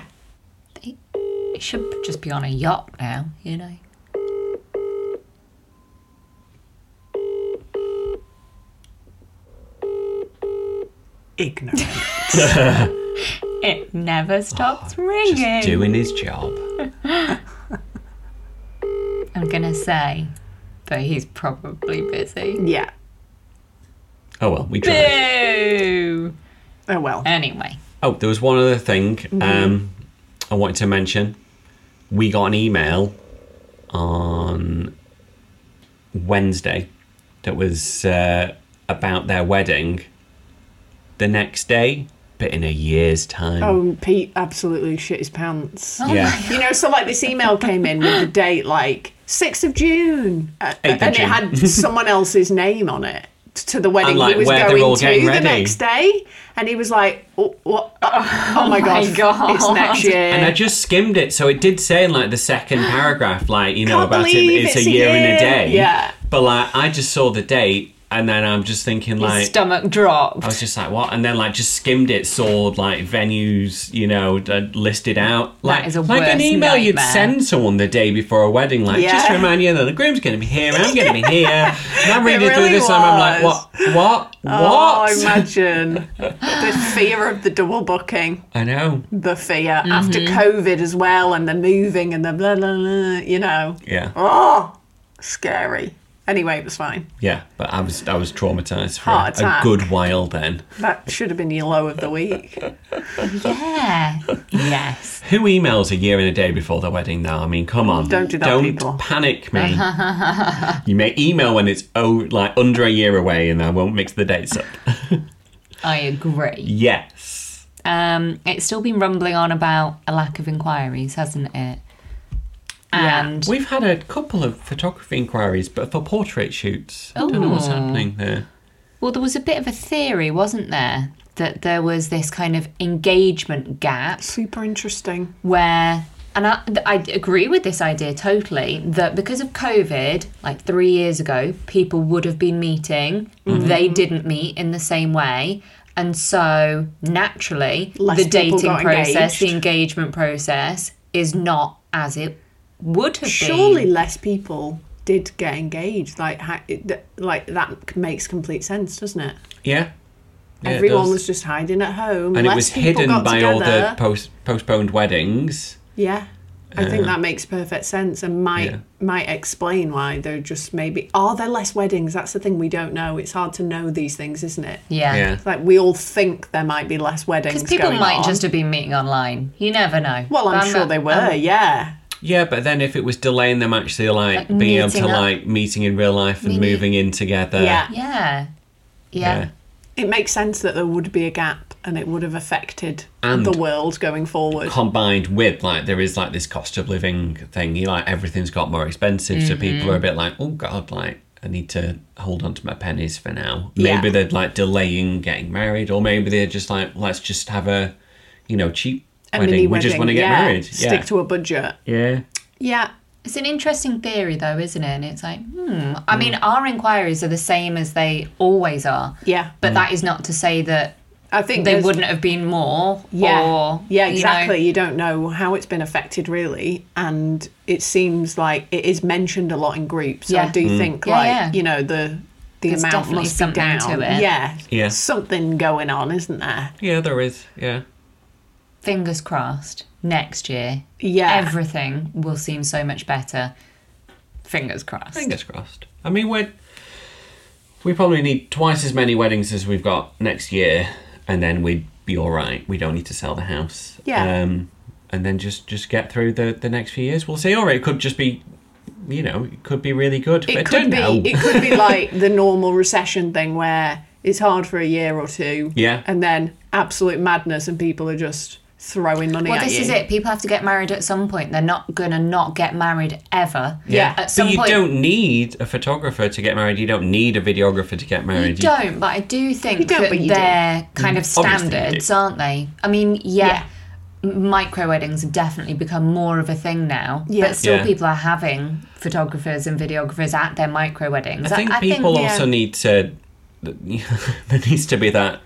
A: He, he should just be on a yacht now, you know.
B: Ignorant.
A: It never stops
C: Oh, Just
A: ringing.
C: doing his job.
A: I'm gonna say, but he's probably busy.
B: yeah.
C: Oh well, we tried.
A: Boo!
B: Oh well.
A: Anyway,
C: Oh, there was one other thing
B: Mm-hmm.
C: um, I wanted to mention. We got an email on Wednesday that was uh, about their wedding the next day, but in a year's time.
B: Oh, and Pete absolutely shit his pants.
A: Oh
C: yeah.
A: my
B: You know, so like this email came in with the date like 6th of June. uh,
C: Eighth of
B: and
C: June.
B: it had someone else's name on it to the wedding
C: And, like,
B: he was
C: where they're all
B: going
C: getting
B: to the
C: ready.
B: next day. And he was like, oh, what? Oh,
A: my
B: my, God,
A: God.
B: It's next year.
C: and I just skimmed it, so it did say in like the second paragraph, like you know
B: Can't
C: about it.
B: believe
C: It's,
B: it's
C: a
B: a
C: year, and
B: year.
C: a day.
B: Yeah.
C: But like, I just saw the date, and then I'm just thinking like,
A: stomach dropped.
C: I was just like, what? And then like just skimmed it, saw like venues, you know, d- listed out. Like,
A: is a
C: like an
A: worse
C: email you'd
A: nightmare.
C: send someone the day before a wedding, like
B: Yeah.
C: just to remind you that the groom's going to be here, I'm going to be here. And I'm reading
B: really
C: through this and I'm like,
B: was.
C: what? What?
B: Oh,
C: what?
B: imagine the fear of the double booking,
C: I know.
B: the fear after COVID as well, and the moving and the blah, blah, blah, you know.
C: Yeah.
B: Oh, scary. Anyway, it was fine.
C: Yeah. But I was I was traumatized for
B: Heart
C: a, a
B: attack.
C: good while then.
B: That should have been your low of the week.
A: Yeah. yes.
C: Who emails a year and a day before the wedding though? I mean, come on.
B: Don't do that,
C: Don't
B: people.
C: panic me. you may email when it's oh like under a year away and I won't mix the dates up.
A: I agree.
C: Yes.
A: Um, it's still been rumbling on about a lack of inquiries, hasn't it? And
C: We've had a couple of photography inquiries, but for portrait shoots. I don't know what's happening there.
A: Well, there was a bit of a theory, wasn't there, that there was this kind of engagement gap
B: Super interesting.
A: where, and I, I agree with this idea totally, that because of COVID, like three years ago, people would have been meeting,
B: Mm-hmm.
A: they didn't meet in the same way. And so naturally,
B: Less
A: the
B: people
A: dating
B: got
A: process, the
B: engaged.
A: engagement process is not as it would have been.
C: Mm.
B: Surely less people did get engaged. Like, ha- it- th- like that c- makes complete sense, doesn't it?
C: Yeah. Yeah, it
B: Everyone
C: does.
B: was just hiding at home.
C: and
B: less
C: it was
B: people
C: hidden
B: got
C: by all
B: together.
C: the post- postponed weddings.
B: Yeah. I think that makes perfect sense and might
C: Yeah.
B: might explain why they're just maybe are there less weddings? That's the thing we don't know. It's hard to know these things, isn't it?
A: Yeah.
C: Yeah.
B: It's like we all think there might be less weddings.
A: Because people
B: going
A: might
B: on.
A: just have been meeting online. You never know.
B: Well, I'm, sure
A: not-
B: they were,
A: I'm
B: yeah.
C: Yeah, but then if it was delaying them actually like, being able
A: meeting
C: to
A: up.
C: like meeting in real life and
A: Meeting-
C: moving in together.
B: Yeah.
A: Yeah. Yeah.
C: Yeah.
B: It makes sense that there would be a gap and it would have affected
C: And-
B: the world going forward.
C: Combined with like there is like this cost of living thing. You like everything's got more expensive, so
B: Mm-hmm.
C: people are a bit like, oh god, like I need to hold on to my pennies for now.
B: Yeah.
C: Maybe they're like delaying getting married, or maybe they're just like, let's just have a, you know, cheap
B: A
C: wedding.
B: mini
C: We just
B: wedding,
C: want to get
B: yeah.
C: married.
B: Stick
C: yeah.
B: to a budget.
C: yeah.
B: Yeah.
A: It's an interesting theory, though, isn't it? And it's like, hmm. I mean, our inquiries are the same as they always are.
B: Yeah.
A: But that is not to say that
B: I think
A: they
B: there's-
A: wouldn't have been more.
B: Yeah.
A: Or,
B: yeah,
A: you know,
B: exactly. You, don't know how it's been affected really. And it seems like it is mentioned a lot in groups. So I
A: Yeah.
B: do
C: Mm.
B: think
A: Yeah,
B: like,
A: yeah.
B: you know, the the
A: There's
B: amount
A: definitely
B: must be
A: something
B: down.
A: to it.
B: Yeah.
C: Yeah.
B: Something going on, isn't there?
C: Yeah, there is. Yeah.
A: fingers crossed, next year,
B: Yeah.
A: everything will seem so much better. Fingers crossed.
C: Fingers crossed. I mean, we we probably need twice as many weddings as we've got next year, and then we'd be all right. We don't need to sell the house.
B: Yeah.
C: Um, and then just just get through the the next few years. We'll see. Or it could just be you know, it could be really good. but
B: It
C: I
B: could
C: don't
B: be.
C: know.
B: It could be like the normal recession thing where it's hard for a year or two.
C: Yeah.
B: And then absolute madness, and people are just throwing money
A: Well,
B: at
A: this
B: you.
A: is it. People have to get married at some point. They're not gonna not get married ever.
B: Yeah.
A: At some
C: But you
A: point,
C: don't need a photographer to get married. You don't need a videographer to get married.
A: You don't, but I do think
B: don't,
A: that
B: but you do.
A: they're kind of
C: obviously you do.
A: standards, aren't they? I mean, yeah, m micro weddings have definitely become more of a thing now,
B: Yeah.
A: but still
C: Yeah.
A: people are having photographers and videographers at their micro weddings.
C: I think people
B: yeah.
C: also need to. There needs to be that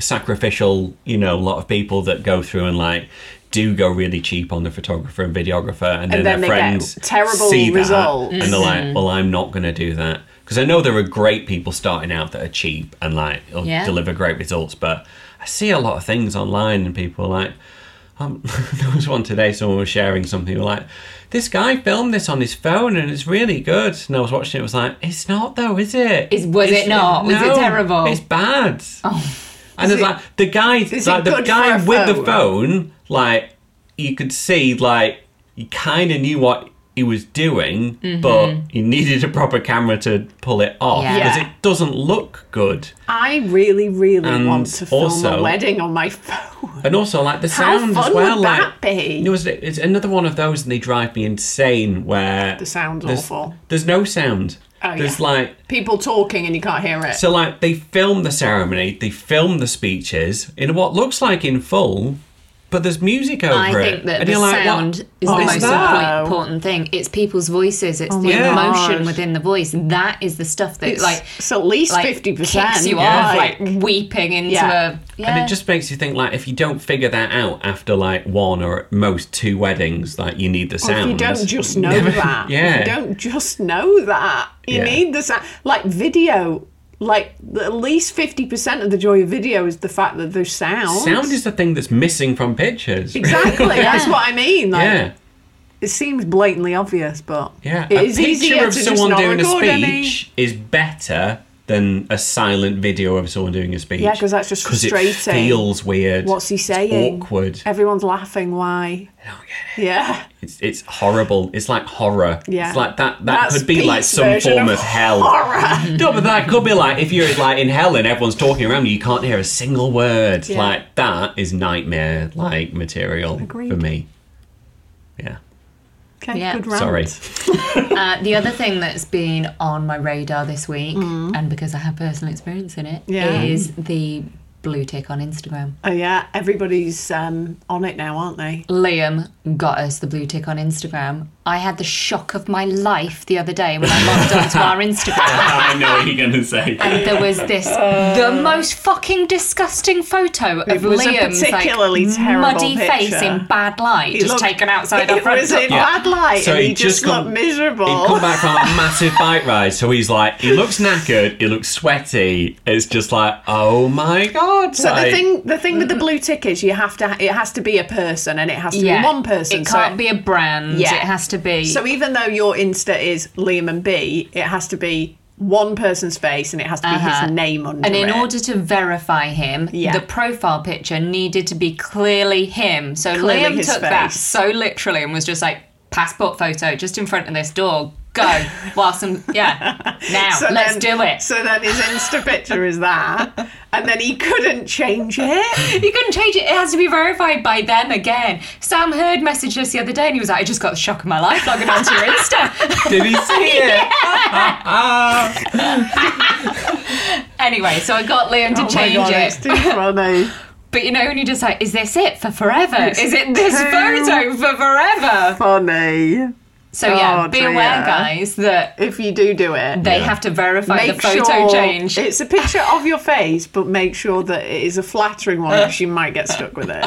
C: sacrificial, you know, lot of people that go through and like do go really cheap on the photographer and videographer,
B: And
C: and,
B: then
C: then,
B: they
C: their
B: get
C: friends
B: terrible
C: see that,
B: results.
C: and they're like, "Well, I'm not going to do that." Because I know there are great people starting out that are cheap and like will
A: Yeah.
C: deliver great results, but I see a lot of things online and people are like, um, there was one today. Someone was sharing something like, "This guy filmed this on his phone, and it's really good." And I was watching it. it Was like, "It's not though, is it?
A: Is- was
C: It's-
A: it not? Was it
C: no,
A: terrible?"
C: It's bad." Oh. And
B: Is
C: it's
B: it-
C: like the guy,
B: is
C: like
B: it
C: the
B: good
C: guy
B: for a
C: with the
B: phone?
C: phone, like you could see, like he kind of knew what he was doing, but he needed a proper camera to pull it off
A: Yeah.
C: because
B: Yeah.
C: it doesn't look good.
B: I really, really
C: And
B: want to film a
C: also-
B: wedding on my phone.
C: And also, like the
B: How
C: sound
B: fun
C: as well.
B: would
C: like
B: that be?
C: There was, it's another one of those, and they drive me insane. Where
B: The sound's
C: there's,
B: awful.
C: There's no sound.
B: Oh,
C: there's
B: yeah.
C: like
B: People talking and you can't hear it.
C: so like they film the ceremony, they film the speeches in what looks like in full, but there's music over
A: I
C: it.
A: think that
C: and
A: the
C: you're like, what-
A: sound is
C: what
A: the
B: is
A: most
B: that?
A: important- important thing. It's people's voices. It's the
B: my
A: emotion
B: God.
A: within the voice. That is the stuff that
B: It's
A: like
B: so at least
A: like,
B: fifty
A: kicks
B: percent.
A: you off, like weeping into
B: Yeah.
A: a yeah.
C: And it just makes you think like if you don't figure that out after like one or at most two weddings, like you need the
B: If
C: sound.
B: you don't just know that, if
C: yeah.
B: you don't just know that. You
C: Yeah.
B: need the sound. Like video, like the- at least 50% of the joy of video is the fact that there's sound.
C: sound is the thing that's missing from pictures.
B: Exactly, that's what I mean. Like,
C: yeah.
B: It seems blatantly obvious, but
C: Yeah,
B: it
C: a
B: is easier
C: picture of
B: to
C: someone
B: just not
C: doing a
B: record any.
C: speech is better than a silent video of someone doing a speech.
B: Yeah, 'cause that's just
C: 'Cause It
B: frustrating.
C: feels weird.
B: What's he
C: It's
B: saying?
C: awkward.
B: Everyone's laughing. Why?
C: I don't get it.
B: Yeah.
C: It's it's horrible. It's like horror.
B: Yeah.
C: It's like that. That
B: That's
C: could be like
B: Pete's
C: some
B: version
C: form
B: of
C: of, hell.
B: horror.
C: No, but that could be like if you're like in hell and everyone's talking around you, you can't hear a single word.
B: Yeah.
C: Like that is nightmare like material
B: Agreed.
C: for me. Yeah.
B: Okay,
A: Yeah.
B: good rant.
C: Sorry.
A: Uh, the other thing that's been on my radar this week, and because I have personal experience in it, is
B: Mm. Yeah.
A: the blue tick on Instagram.
B: Oh, yeah. Everybody's um, on it now, aren't they?
A: Liam got us the blue tick on Instagram. I had the shock of my life the other day when I logged onto our Instagram.
C: I know what you're gonna say.
A: And there was this the most fucking disgusting photo of
B: Uh. was a
A: Liam's
B: particularly
A: like,
B: terrible
A: muddy
B: picture.
A: face in bad light, just
B: looked-
A: taken outside our
B: It
A: front
B: was
A: door.
B: in bad light,
C: So
B: and
C: he
B: he just,
C: just come-
B: looked miserable.
C: He'd come back from a massive bike ride, so he's like, he looks knackered, he looks sweaty. It's just like, oh my god.
B: So
C: like-
B: the thing, the thing with the blue tick is you have to. It has to be a person, and it has to be one person.
A: It
B: so
A: can't be a brand.
B: Yeah.
A: It has to be.
B: So even though your Insta is Liam and B, it has to be one person's face, and it has to be
A: Uh-huh.
B: his name under
A: And in
B: it.
A: order to verify him,
B: Yeah.
A: the profile picture needed to be clearly him. So
B: Clearly
A: Liam
B: his
A: took that
B: face.
A: so literally and was just like, passport photo just in front of this door. Go. Whilst I'm, yeah. Now,
B: So
A: let's
B: then-
A: do it.
B: So then his Insta picture is that, and then he couldn't change it.
A: you couldn't change it. It has to be verified by them again. Sam Heard messaged us the other day and he was like, I just got the shock of my life logging onto your Insta.
C: Did he see it?
A: anyway, so I got Liam to
B: Oh my
A: change
B: God,
A: it.
B: It's too funny.
A: But you know, when you're just like, is this it for forever? is it this
B: too-
A: photo for forever?
B: funny.
A: So yeah,
B: Oh,
A: be
B: dear.
A: aware, guys, that
B: If you do do it,
A: they
C: Yeah.
A: have to verify the photo change.
B: It's a picture of your face, but make sure that it is a flattering one, because you might get stuck with it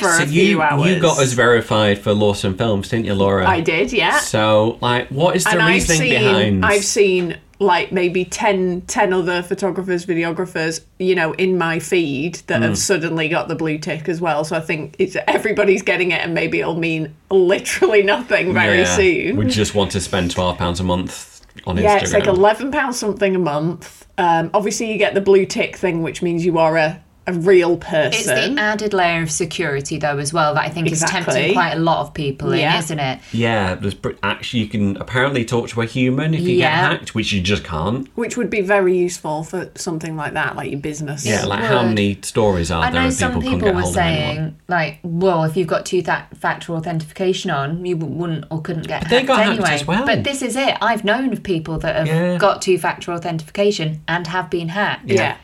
B: for
C: So
B: a few
C: you,
B: hours.
C: you got us verified for Lawson Films, didn't you, Laura?
B: I did, yeah.
C: So, like, what is the
B: and I've
C: reasoning
B: seen,
C: behind?
B: I've seen like maybe 10, 10 other photographers, videographers, you know, in my feed that
C: Hmm.
B: have suddenly got the blue tick as well. So I think it's everybody's getting it, and maybe it'll mean literally nothing very
C: Yeah.
B: soon.
C: We just want to spend twelve pounds a month on
B: Yeah,
C: Instagram.
B: it's like eleven pounds something a month. Um, obviously, you get the blue tick thing, which means you are a a real person.
A: It's the added layer of security, though, as well, that I think
B: Exactly.
A: is tempting quite a lot of people
B: Yeah.
A: in, isn't it?
C: Yeah, there's pr- actually you can apparently talk to a human if you get
A: Yeah.
C: hacked, which you just can't.
B: which would be very useful for something like that, like your business.
C: Yeah, like how
A: would.
C: many stories are
A: I
C: there
A: know
C: of people
A: some
C: couldn't
A: people
C: get
A: were
C: hold of anyone?
A: saying, like, well, if you've got two that factor authentication on, you w- wouldn't or couldn't get
C: they
A: hacked
C: got hacked
A: anyway.
C: as well.
A: But this is it. I've known of people that have
C: Yeah.
A: got two factor authentication and have been hacked.
B: Yeah.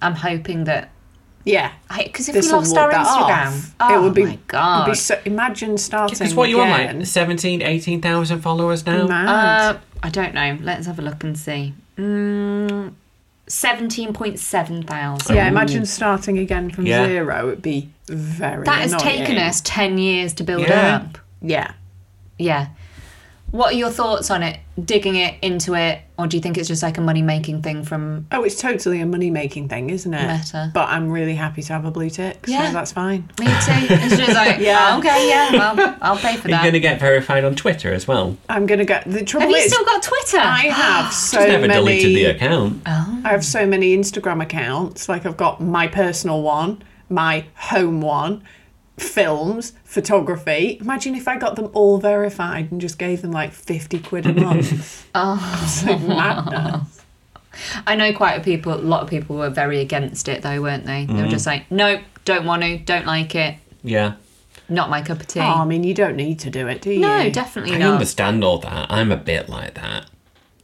A: I'm hoping that.
B: Yeah.
A: Because if
B: This
A: we
B: will
A: lost our
B: ward that
A: Instagram,
B: off.
A: oh
B: it would be,
A: my God.
B: It'd be so, imagine starting.
C: Because what you on
B: again.
C: like 17, 18,000 followers now?
B: Mad.
A: Uh, I don't know. Let's have a look and see. Mm, 17.7 thousand.
B: yeah, imagine starting again from
C: Yeah.
B: zero. It'd be very.
A: That has
B: annoying.
A: taken us 10 years to build
C: Yeah.
A: up.
B: Yeah.
A: Yeah. What are your thoughts on it? Digging it into it, or do you think it's just like a money making thing from
B: Oh, it's totally a money making thing, isn't it?
A: Meta.
B: But I'm really happy to have a blue tick,
A: Yeah.
B: so that's fine.
A: me too? It's just like, yeah,
B: Yeah.
A: okay, yeah, well, I'll pay for
C: You're going
A: that.
C: to get verified on Twitter as well.
B: I'm gonna go. The trouble
A: Have you
B: is,
A: still got Twitter?
B: I have so
C: I've never
B: many. Oh.
C: deleted the account.
B: I have so many Instagram accounts. Like I've got my personal one, my home one, films, photography. Imagine if I got them all verified and just gave them like fifty quid a month. oh, it's like madness.
A: I know quite a people. A lot of people were very against it, though, weren't they? They were just like, nope, don't want to, don't like it,
C: Yeah.
A: not my cup of tea.
B: Oh, I mean, you don't need to do it, do you?
A: no, definitely
C: I
A: not.
C: understand all that. I'm a bit like that.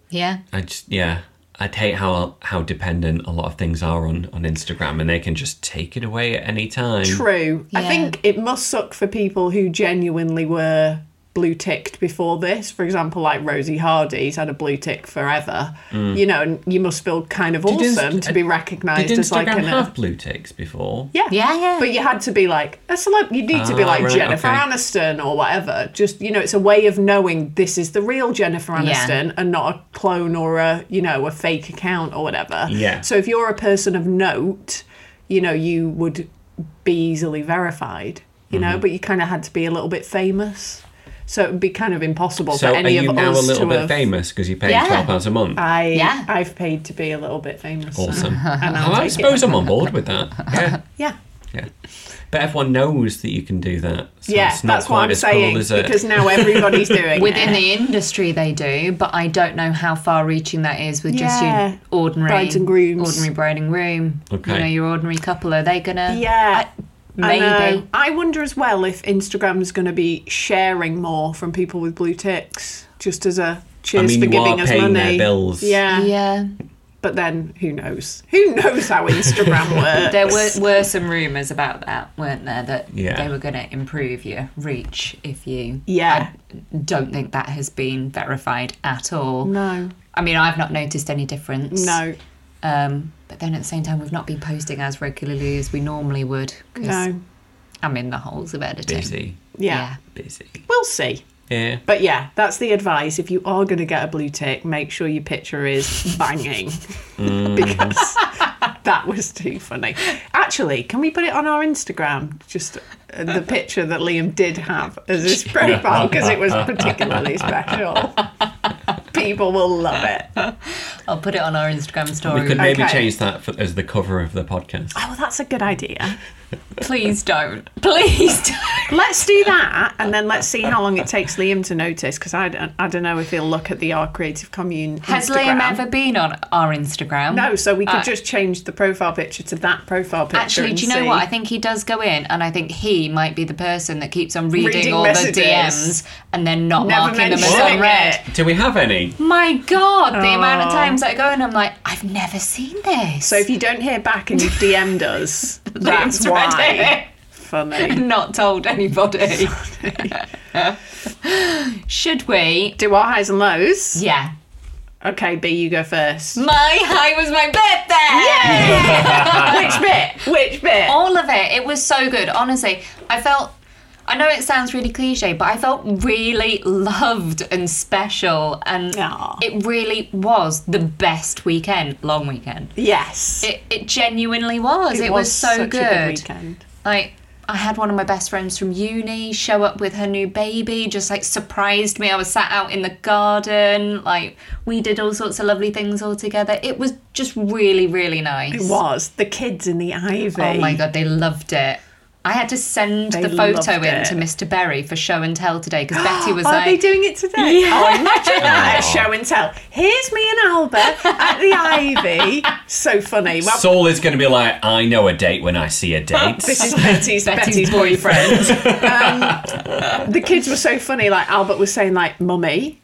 A: Yeah,
C: I just, yeah. I hate how how dependent a lot of things are on, on Instagram and they can just take it away at any time.
B: True. I
A: Yeah.
B: think it must suck for people who genuinely were blue ticked before this. For example, like Rosie Hardy's had a blue tick forever. You know, and you must feel kind of
C: Mm. Did Inst-
B: awesome to be
C: Did
B: recognised as
C: Instagram
B: like an. uh,
C: have blue ticks before?
B: Yeah.
A: Yeah, yeah.
B: But you had to be like a celeb. You need to be
C: Ah,
B: like
C: right,
B: Jennifer
C: okay.
B: Aniston or whatever. Just you know, it's a way of knowing this is the real Jennifer
A: Yeah.
B: Aniston and not a clone or a you know a fake account or whatever.
C: Yeah.
B: So if you're a person of note, you know you would be easily verified. You
C: Mm-hmm.
B: know, but you kind of had to be a little bit famous. So it would be kind of impossible
C: So
B: for
C: are
B: any
C: you
B: of
C: now a
B: us
C: little
B: to
C: bit
B: have.
C: famous because you pay
A: Yeah.
C: twelve pounds a month?
B: I
A: Yeah.
B: I've paid to be a little bit famous. so-
C: awesome.
B: And I'll
C: Well, I
B: take it.
C: suppose I'm on board with that. Yeah,
B: Yeah.
C: yeah. But everyone knows that you can do that. So
B: Yeah,
C: it's not
B: that's
C: quite
B: what I'm
C: as
B: saying.
C: cool as a,
B: because now everybody's doing it.
A: within the industry they do, but I don't know how far reaching that is with just
B: Yeah.
A: your ordinary
B: Brides and grooms.
A: ordinary bride and groom.
C: Okay.
A: You know, your ordinary couple. Are they gonna?
B: Yeah.
A: I- maybe.
B: I, know. I wonder as well if Instagram's going to be sharing more from people with blue ticks, just as a cheers
C: mean,
B: for
C: you are
B: giving us
C: paying
B: money.
C: their bills.
B: Yeah.
A: Yeah.
B: But then who knows? Who knows how Instagram works?
A: There were, were some rumours about that, weren't there? That
C: Yeah.
A: they were going to improve your reach if you.
B: Yeah.
A: I don't think that has been verified at all.
B: No.
A: I mean, I've not noticed any difference.
B: No.
A: Um, but then at the same time, we've not been posting as regularly as we normally would. 'cause
B: No.
A: I'm in the holes of editing.
C: busy,
B: Yeah.
C: busy.
B: We'll see.
C: Yeah.
B: But yeah, that's the advice. If you are going to get a blue tick, make sure your picture is banging because that was too funny. Actually, can we put it on our Instagram? Just uh, the picture that Liam did have as his profile because it was particularly special. People will love it.
A: I'll put it on our Instagram
C: We
A: story.
C: could maybe
B: Oh, Okay.
C: change that for, as the cover of the podcast.
B: Oh, that's a good idea.
A: Please don't. Please don't.
B: Let's do that, and then let's see how long it takes Liam to notice. Because I don't, I don't know if he'll look at the Our Creative Commune.
A: Has
B: Instagram.
A: Liam ever been on our Instagram?
B: No, so we could
A: Uh,
B: just change the profile picture to that profile picture.
A: Actually,
B: and
A: do you know
B: see.
A: what? I think he does go in, and I think he might be the person that keeps on reading,
B: Reading
A: all
B: messages.
A: the DMs and then not
B: Never
A: marking them as
B: mentioning
A: unread.
B: it.
C: Do we have any?
A: My God, the amount of
B: Aw.
A: times I go and I'm like, I've never seen this.
B: So if you don't hear back and you've DM'd us, that's why. Funny.
A: Not told anybody. Should we?
B: Do our highs and lows.
A: Yeah.
B: Okay, B, you go first.
A: My high was my birthday. Yay!
B: Which bit? Which bit?
A: all of it. It was so good. Honestly, I felt. I know it sounds really cliche, but I felt really loved and special, and
B: Aw.
A: it really was the best weekend, long weekend.
B: Yes.
A: It, it genuinely was. It, was, so
B: such a
A: good.
B: weekend.
A: Like I had one of my best friends from uni show up with her new baby, just like surprised me. I was sat out in the garden, like we did all sorts of lovely things all together. It was just really, really nice.
B: It was the kids in the ivy.
A: Oh my god, they loved it. I had to send
B: They
A: the photo
B: loved
A: in
B: it.
A: to Mr. Berry for show and tell today because Betty was
B: Are
A: like,
B: they doing it today?
A: Yeah.
B: Oh, imagine that—a
C: Aw.
B: show and tell. Here's me and Albert at the Ivy. So funny. Well,
C: Saul is going to be like, I know a date when I see a date.
B: This is Betty's,
A: Betty's
B: Betty's boyfriend. um, the kids were so funny. Like Albert was saying, like, "Mummy,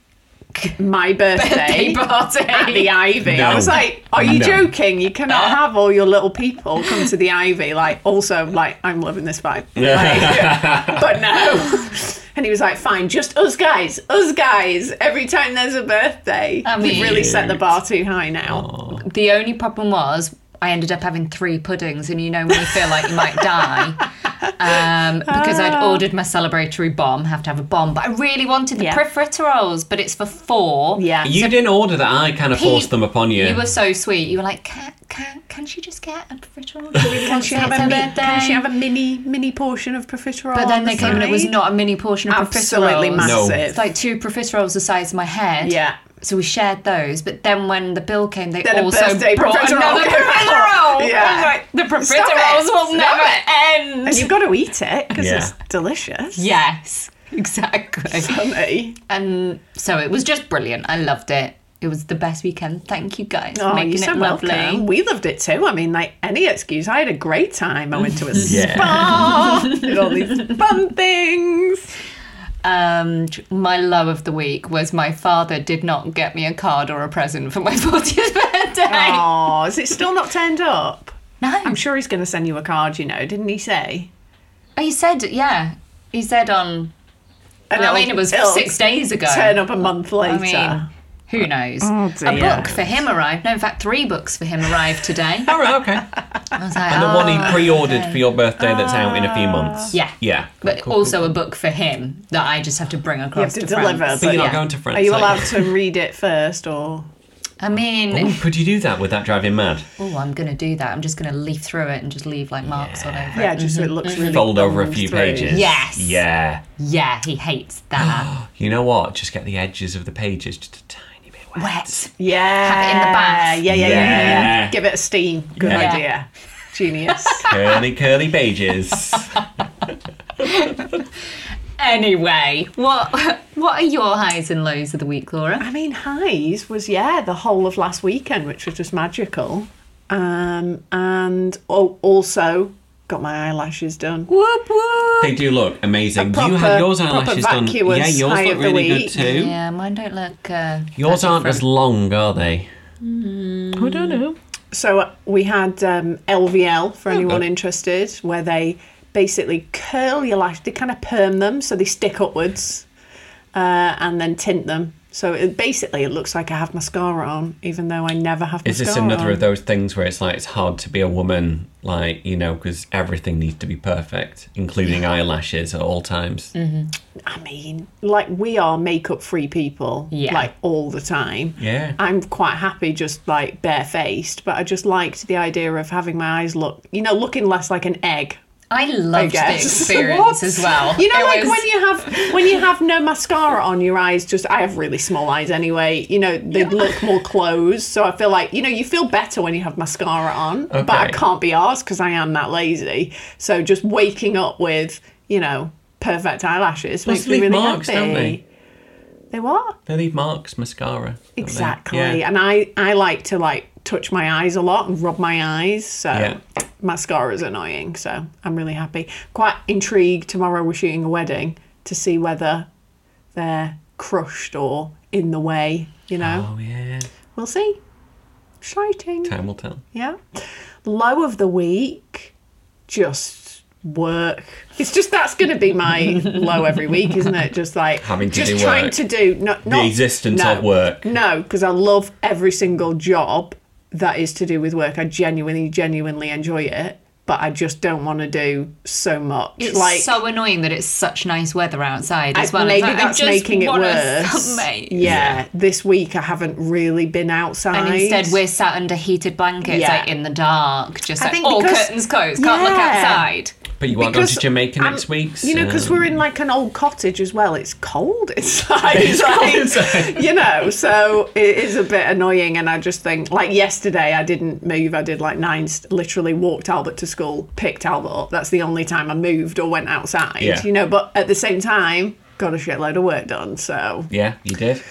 B: my birthday."
A: birthday party.
B: At the Ivy, I
C: No.
B: was like, "Are you
C: No.
B: joking? You cannot have all your little people come to the Ivy." Like, also, like, I'm loving this vibe, Like, but no. And he was like, "Fine, just us guys, us guys. Every time there's a birthday,
A: I
B: we
A: mean-
B: really set the bar too high now."
A: The only problem was I ended up having three puddings, and you know when you feel like you might die. Um, because I'd
B: Ah.
A: ordered my celebratory bomb, have to have a bomb, but I really wanted the
B: Yeah.
A: profiteroles, but it's for four.
B: Yeah,
C: you didn't order that. I kind of
A: Pete,
C: forced them upon you.
A: You were so sweet. You were like, can, can, can she just get a profiterole? She really
B: Can
A: wants
B: she,
A: it.
B: have
A: It's
B: a
A: her
B: mi-
A: birthday.
B: can she have a mini mini portion of profiterole?
A: But
B: on
A: then
B: the
A: they came and it was
B: side?
A: not a mini portion of
B: absolutely
A: profiteroles.
C: No.
B: massive.
A: It's like two profiteroles the size of my head.
B: Yeah.
A: So we shared those, but then when the bill came, they
B: Then a
A: also
B: birthday
A: brought
B: profiterole
A: another
B: came out.
A: profiterole.
B: Yeah.
A: I was like, the
B: Stop it.
A: profiteroles will
B: Stop
A: never
B: it.
A: end.
B: and you've got to eat it because
C: Yeah.
B: it's delicious.
A: Yes, exactly.
B: Funny.
A: and so it was just brilliant. I loved it. It was the best weekend. Thank you guys for
B: Oh,
A: making
B: you're so
A: it lovely.
B: welcome. We loved it too. I mean, like any excuse. I had a great time. I went to a
C: Yeah.
B: spa. Did all these fun things.
A: Um, my low of the week was my father did not get me a card or a present for my 40th birthday.
B: Oh, is it still not turned up?
A: No.
B: I'm sure he's going to send you a card. You know, didn't he say?
A: He Oh, said, yeah. He said um, on.
B: And
A: I
B: it'll-
A: mean, it was
B: it'll
A: six days ago.
B: Turn up a month later.
A: I mean, who knows?
B: Oh,
A: a
B: dear.
A: book for him arrived. No, in fact, three books for him arrived today.
C: All right, okay.
A: I was like,
C: And the one
A: "Oh."
C: he pre-ordered for your birthday that's out in a
B: Uh,
C: few months.
A: Yeah.
C: yeah.
A: But also a book for him that I just have to bring across
B: you have to, deliver.
A: France.
C: But you're
B: yeah.
C: not going to France.
B: Are you
C: are
B: allowed to read it first or?
A: I mean,
C: Ooh, could you do that? Would that drive him mad?
A: oh, I'm going to do that. I'm just going to leaf through it and just leave like marks all over
B: Yeah,
A: it.
B: just so it
A: Mm-hmm.
B: looks really.
C: Fold over a
B: thumbed
C: few
B: through.
C: pages.
A: Yes.
C: Yeah.
A: Yeah, he hates that.
C: You know what? Just get the edges of the pages just a tiny bit wet.
A: Wet.
B: Yeah.
A: Have it in the bath.
B: Yeah, yeah, yeah, yeah, yeah.
C: Yeah.
B: Give it a steam. Good
C: Yeah.
B: idea. Genius.
C: Curly, curly pages.
A: Anyway, what what are your highs and lows of the week, Laura?
B: I mean, highs was yeah the whole of last weekend, which was just magical, um, and oh, also got my eyelashes done.
A: Whoop whoop.
C: they do look amazing.
B: A
C: you had
B: proper-
C: yours
B: proper
C: eyelashes done.
B: vacuous
C: Yeah, yours
B: high
C: look
B: of the
C: really good
B: week.
C: too.
A: Yeah, mine don't look. Uh,
C: Yours
A: that
C: aren't
A: different.
C: as long, are they?
B: Mm.
C: I don't know.
B: So uh, we had um, LVL for anyone
C: Okay.
B: interested, where they basically curl your lash. They kind of perm them so they stick upwards, uh, and then tint them. So it, basically, it looks like I have mascara on, even though I never have
C: Is
B: mascara
C: this another
B: on.
C: of those things where it's like it's hard to be a woman, like you know, because everything needs to be perfect, including eyelashes at all times?
B: Mm. I mean, like we are makeup free people,
A: Yeah.
B: like all the time.
C: Yeah.
B: I'm quite happy just like barefaced, but I just liked the idea of having my eyes look, you know, looking less like an egg.
A: I
B: I
A: loved the
B: guess.
A: experience
B: What?
A: as well.
B: You know,
A: It
B: like
A: was-
B: when you have when you have no mascara on your eyes. Just I have really small eyes anyway. You know, they look more closed. So I feel like you know you feel better when you have mascara on. But I
C: Okay.
B: can't be arsed because I am that lazy. So just waking up with you know perfect eyelashes
C: Plus
B: makes
C: they
B: me
C: leave
B: really
C: marks,
B: happy.
C: don't they?
B: They what?
C: They leave marks, mascara. don't they?
B: Exactly.
C: Yeah.
B: And I, I like to like touch my eyes a lot and rub my eyes. So
C: Yeah.
B: mascara is annoying. So I'm really happy. Quite intrigued. Tomorrow we're shooting a wedding to see whether they're crushed or in the way, you know.
C: Oh yeah.
B: We'll see. Exciting.
C: Time will tell.
B: Yeah. Low of the week, just work. It's just that's going to be my low every week, isn't it? Just like
C: Having to
B: just
C: do
B: trying
C: work.
B: to do not, not
C: existence
B: no,
C: of work.
B: No, because I love every single job that is to do with work. I genuinely, genuinely enjoy it, but I just don't want to do so much.
A: It's
B: like
A: so annoying that it's such nice weather outside as
B: I-
A: well. It's
B: maybe
A: like, I
B: that's
A: just
B: making it
A: wanna
B: worse.
A: submate.
B: Yeah, this week I haven't really been outside.
A: And instead, we're sat under heated blankets,
B: Yeah.
A: like in the dark, just
B: I
A: like
B: think
A: all
B: because-
A: curtains closed, can't look
B: Yeah.
A: outside.
C: But you aren't going to
B: Because
C: Jamaica
B: I'm-
C: next week. Um.
B: You know, because
C: so-
B: we're in like an old cottage as well. It's cold inside. It's
C: cold inside.
B: You know, so it is a bit annoying. And I just think, like yesterday, I didn't move. I did like nine, st- literally walked Albert to school, picked Albert up. That's the only time I moved or went outside.
C: Yeah.
B: You know, but at the same time, got a shitload of work done. So
C: Yeah, you did.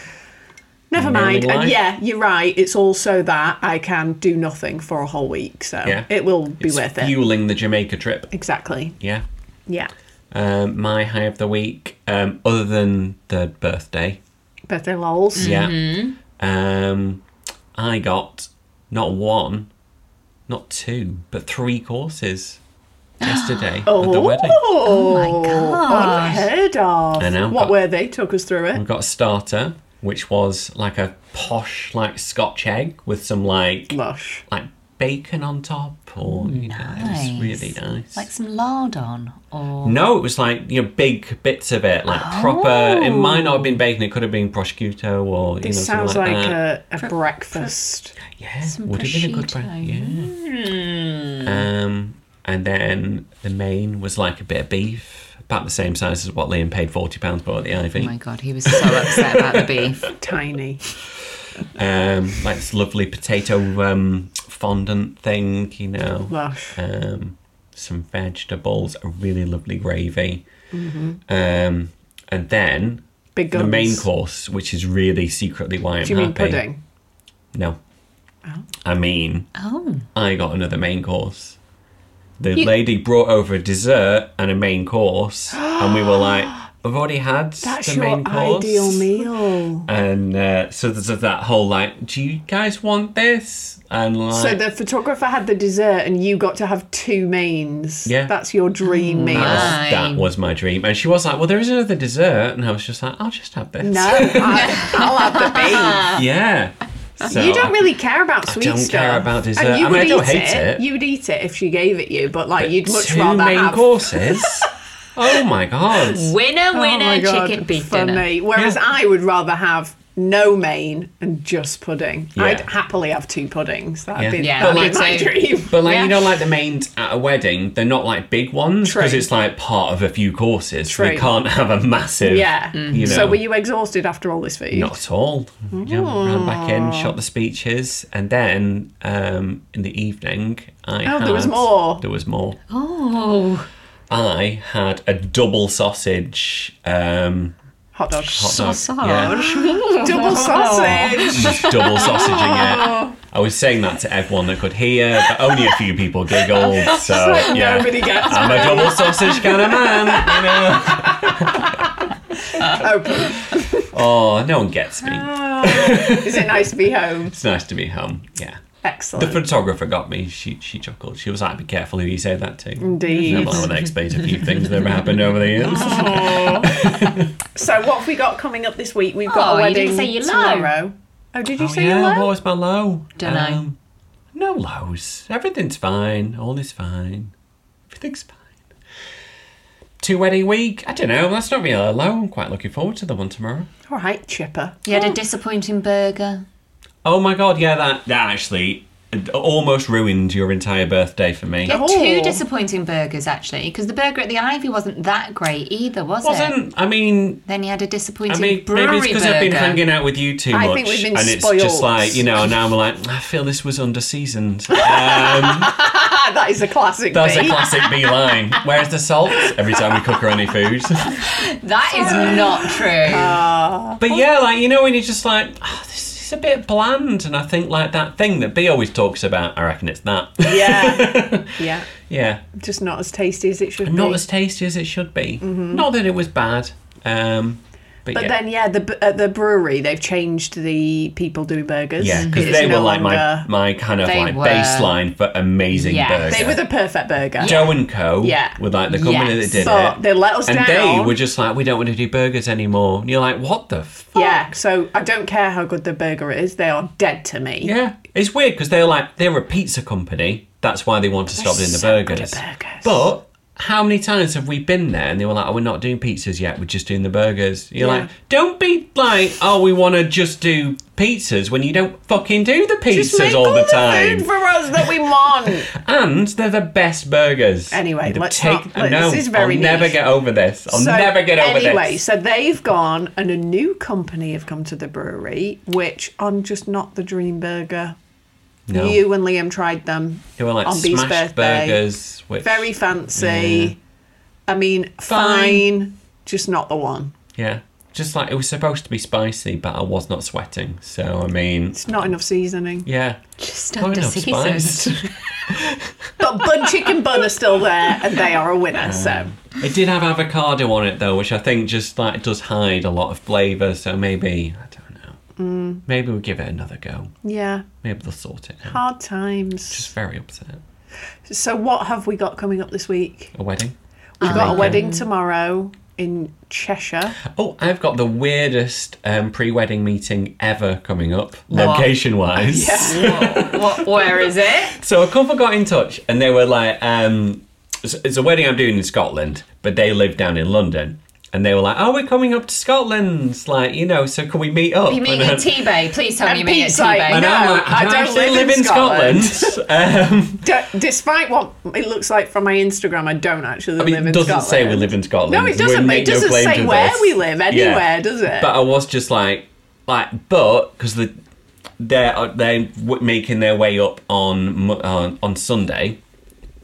B: never
C: Merely
B: mind. And
C: life.
B: yeah, you're right. It's also that I can do nothing for a whole week. So
C: Yeah.
B: it will be
C: It's
B: worth it.
C: fueling the Jamaica trip.
B: Exactly.
C: Yeah.
B: Yeah.
C: Um, my high of the week, um, other than the birthday,
B: Birthday lols. Mm-hmm.
C: yeah, um, I got not one, not two, but three courses yesterday at the wedding.
B: Oh,
A: gosh.
B: Unheard of.
C: I know. Mm.
B: What were they? Took us through
C: We
B: it.
C: got a starter, which was like a posh, like Scotch egg with some like
B: Lush.
C: like bacon on top, or you know, it was really nice.
A: Like some lard on, Oh or
C: No, it was like you know big bits of it, like proper. It might not have been bacon; it could have been prosciutto or you know
B: This
C: something
B: sounds like,
C: that.
B: a, a breakfast.
C: yeah,
A: some
C: would have been a good one.
A: prosciutto.
C: Yeah.
B: Hmm.
C: Um, and then the main was like a bit of beef, about the same size as what Liam paid forty pounds for at the Ivy.
A: Oh my god, he was so upset about the beef.
B: Tiny.
C: um, like this lovely potato um, fondant thing, you know.
B: Lush.
C: um, some vegetables, a really lovely gravy, um, and then
B: Mm-hmm. Big
C: the main
B: guns.
C: course, which is really secretly why I'm
B: Do you mean
C: happy.
B: pudding?
C: No, I mean
A: Oh,
C: I got another main course. The lady brought over a dessert and a main course, and we were like, "I've already had
B: That's
C: the
B: your
C: main course."
B: ideal meal.
C: And uh, so there's that whole like, "Do you guys want this?" And like,
B: So the photographer had the dessert, and you got to have two mains.
C: Yeah. Mm.
B: That's your dream meal.
C: That was,
A: Nice.
C: that was my dream. And she was like, Well, there is another dessert. And I was just like, I'll just have this.
B: No, I, I'll have the beef.
C: Yeah. So
B: you don't
C: I-
B: really care about sweet
C: don't
B: stuff.
C: care about dessert.
B: And you
C: I mean, I
B: would
C: don't
B: eat
C: hate it.
B: You would eat it if she gave it you, but like you'd much
C: two
B: rather
C: main
B: have
C: courses. oh my God.
A: winner,
B: Oh my
A: winner,
B: God,
A: chicken beef
B: for
A: dinner.
B: me. Whereas
C: Yeah.
B: I would rather have no main and just pudding.
C: Yeah.
B: I'd happily have two puddings. That'd
C: Yeah.
B: be,
A: Yeah,
B: that'd
A: me
B: be my
A: too.
B: dream.
C: But like you
A: Yeah.
C: know, like the mains at a wedding, they're not like big ones because
B: True.
C: it's like part of a few courses.
B: True.
C: They can't have a massive.
B: yeah.
A: Mm.
C: You know,
B: So were you exhausted after all this food?
C: Not at all. You know, ran back in, shot the speeches, and then um, in the evening, I
B: Oh, there was
C: had-
B: more.
C: There was more.
A: Oh,
C: I had a double sausage. Um,
B: Hot dog.
C: hot dog.
A: sausage.
C: Yeah.
B: Double sausage.
C: Just double sausaging
B: Oh.
C: it. I was saying that to everyone that could hear, but only a few people giggled. So yeah,
B: Nobody gets
C: I'm a double sausage kind of man. You know. Uh,
B: open.
C: Oh, no one gets me.
B: Ah. Is it nice to be home?
C: It's nice to be home. Yeah. The
B: Excellent.
C: photographer got me. She she chuckled. She was like, "Be careful who you say that to."
B: Indeed. Ah.
C: I want to explain a few things that have happened over the years.
B: So what have we got coming up this week? We've got
A: Oh,
B: a
A: you
B: wedding
A: didn't say your low.
B: tomorrow. Oh, did you
C: Oh,
B: say
C: yeah,
B: your
C: what
B: low?
C: was my low? Um,
A: Dunno.
C: no lows. Everything's fine. All is fine. Everything's fine. Two wedding week. I don't know. That's not really a low. I'm quite looking forward to the one tomorrow.
B: All right, Chipper.
A: You had a disappointing burger.
C: Oh my god, yeah, that that actually almost ruined your entire birthday for me.
A: You had
B: Oh.
A: two disappointing burgers actually, because the burger at the Ivy wasn't that great either, was it?
C: Wasn't I mean
A: Then you had a disappointing
C: I mean,
A: brewery
C: maybe it's because
A: burger.
C: I've been hanging out with you too
B: I
C: much,
B: think we've been
C: and it's
B: spoiled.
C: just like you know. Now I'm like, I feel this was under seasoned. Um,
B: Ah, that is a classic.
C: That's a
B: bee.
C: classic B line. Where's the salt? Every time we cook her any food.
A: That is not true.
B: Uh,
C: But yeah, like you know when you're just like, oh, this is a bit bland, and I think like that thing that B always talks about. I reckon it's that.
B: Yeah. yeah.
C: yeah,
B: Just not as tasty as it should be.
C: not as tasty as it should be. Not that it was bad. Um,
B: Mm-hmm.
C: but,
B: but
C: yeah.
B: then, yeah, the b- at the brewery they've changed the people do burgers.
C: yeah, because
B: It's
C: they
B: no
C: were like my,
B: longer-
C: my kind of
A: They
C: like
A: were-
C: baseline for amazing
A: Yeah.
C: burgers.
B: They were the perfect burger.
C: Joe and Co.
B: Yeah.
C: were like the company
A: Yes.
C: that did
B: But
C: it.
B: they let us
C: and
B: down.
C: they were just like, we don't want to do burgers anymore. And you're like, what the fuck?
B: Yeah, so I don't care how good the burger is; they are dead to me.
C: Yeah, it's weird because they're like they're a pizza company. That's why they want to stop doing the
B: so good
C: burgers.
B: at burgers.
C: But how many times have we been there and they were like, oh, we're not doing pizzas yet, we're just doing the burgers. You're
B: Yeah.
C: like, don't be like, oh, we want to just do pizzas when you don't fucking do the
B: Just
C: pizzas
B: make
C: all the
B: food
C: time.
B: for us that we want.
C: And they're the best burgers.
B: Anyway,
C: They
B: let's
C: take-
B: not- let-
C: no,
B: this is very
C: I'll never
B: niche.
C: get over this. I'll
B: So,
C: never get over
B: anyway,
C: this.
B: so they've gone and a new company have come to the brewery, which on just not the dream burger.
C: No.
B: You and Liam tried them
C: They were like
B: on Bee's
C: smashed
B: birthday.
C: burgers. Which,
B: Very fancy. I mean,
C: Fine.
B: fine, just not the one.
C: Yeah. Just like it was supposed to be spicy, but I was not sweating. So, I mean,
B: It's not enough seasoning.
C: yeah.
A: Just
C: Not
A: under
C: enough
A: seasons.
C: spice.
B: But bun chicken bun are still there, and they are a winner. So
C: It did have avocado on it though, which I think just like does hide a lot of flavour. So maybe I don't know. Mm. Maybe we'll give it another go.
B: yeah,
C: Maybe they'll sort it out.
B: hard times.
C: Just very upset.
B: So what have we got coming up this week?
C: A wedding.
B: We've got a
C: Um,
B: wedding tomorrow in Cheshire.
C: Oh, I've got the weirdest um, pre-wedding meeting ever coming up, location-wise.
A: Whoa, what, where is it?
C: So a couple got in touch and they were like, um, it's it's a wedding I'm doing in Scotland, but they live down in London. And they were like, oh, we're coming up to Scotland. Like, you know, so can we meet up?
A: You meet
C: And
A: at
C: I'm-
A: T-Bay. Please tell me
B: And
A: you meet at
B: Pete's like,
A: T-Bay.
C: And I'm
B: No,
C: like,
B: I
C: I
B: don't
C: don't actually
B: live
C: live,
B: in
C: in Scotland. um,
B: D- despite what it looks like from my Instagram, I don't actually
C: I mean,
B: live in
C: it doesn't
B: Scotland.
C: say we live in Scotland.
B: No, it doesn't.
C: We'll
B: But it
C: make no
B: doesn't
C: claim
B: say
C: to
B: where
C: this.
B: we live
C: Yeah.
B: anywhere, does it?
C: But I was just like, like, but because the they're uh, they're w- making their way up on Mo- on on Sunday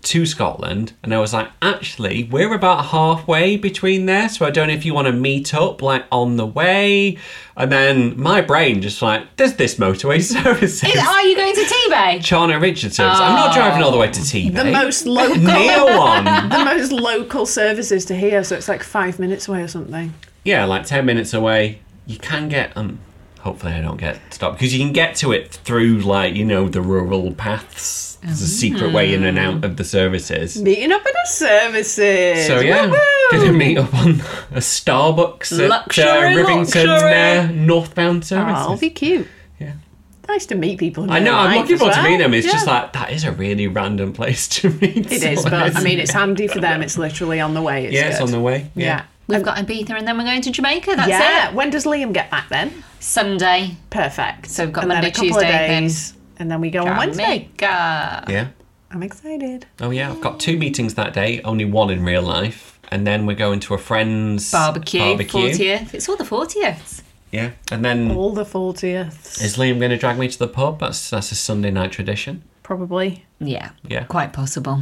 C: to Scotland, and I was like, actually, we're about halfway between there, so I don't know if you want to meet up like on the way, and then my brain just like, there's this motorway services.
A: Is- are you going to T-Bay?
C: Chana Richard service. I'm not driving all the way to TV.
B: the most local,
C: near one.
B: the most local services to here, so it's like five minutes away or something.
C: yeah, like 10 minutes away. You can get, um, hopefully I don't get stopped because you can get to it through, like, you know, the rural paths. There's a secret way in and
B: Mm-hmm.
C: out of the services.
B: Meeting up at a services.
C: So, yeah,
B: Woo-hoo!
C: gonna meet up on a Starbucks at uh,
A: Luxury,
C: Rivington
A: luxury.
C: uh, northbound services.
B: Oh, be cute.
C: Yeah.
B: Nice to meet people. in
C: I know,
B: real
C: I'm
B: life Oh,
C: looking
B: as
C: forward to
B: well.
C: meeting them. It's
B: Yeah.
C: just like, that is a really random place to meet.
B: It is,
C: someone,
B: but I
C: isn't
B: mean,
C: it?
B: it's handy for them. It's literally on the way. It's
C: Yeah, it's
B: good.
C: on the way. Yeah.
B: Yeah.
A: We've got Ibiza and then we're going to Jamaica. That's
B: yeah.
A: it.
B: When does Liam get back then?
A: Sunday.
B: Perfect.
A: So we've got
B: then
A: Monday,
B: a couple of
A: Tuesday, then
B: days, and then we go on Wednesday.
A: Jamaica.
C: Yeah.
B: I'm excited.
C: Oh yeah, I've got two meetings that day, only one in real life, and then we're going to a friend's
A: Barbecue.
C: barbecue.
A: Fortieth. It's all the fortieths.
C: Yeah, and then
B: All the 40th,
C: is Liam going to drag me to the pub? That's that's a Sunday night tradition.
B: probably.
A: Yeah.
C: Yeah.
A: Quite possible.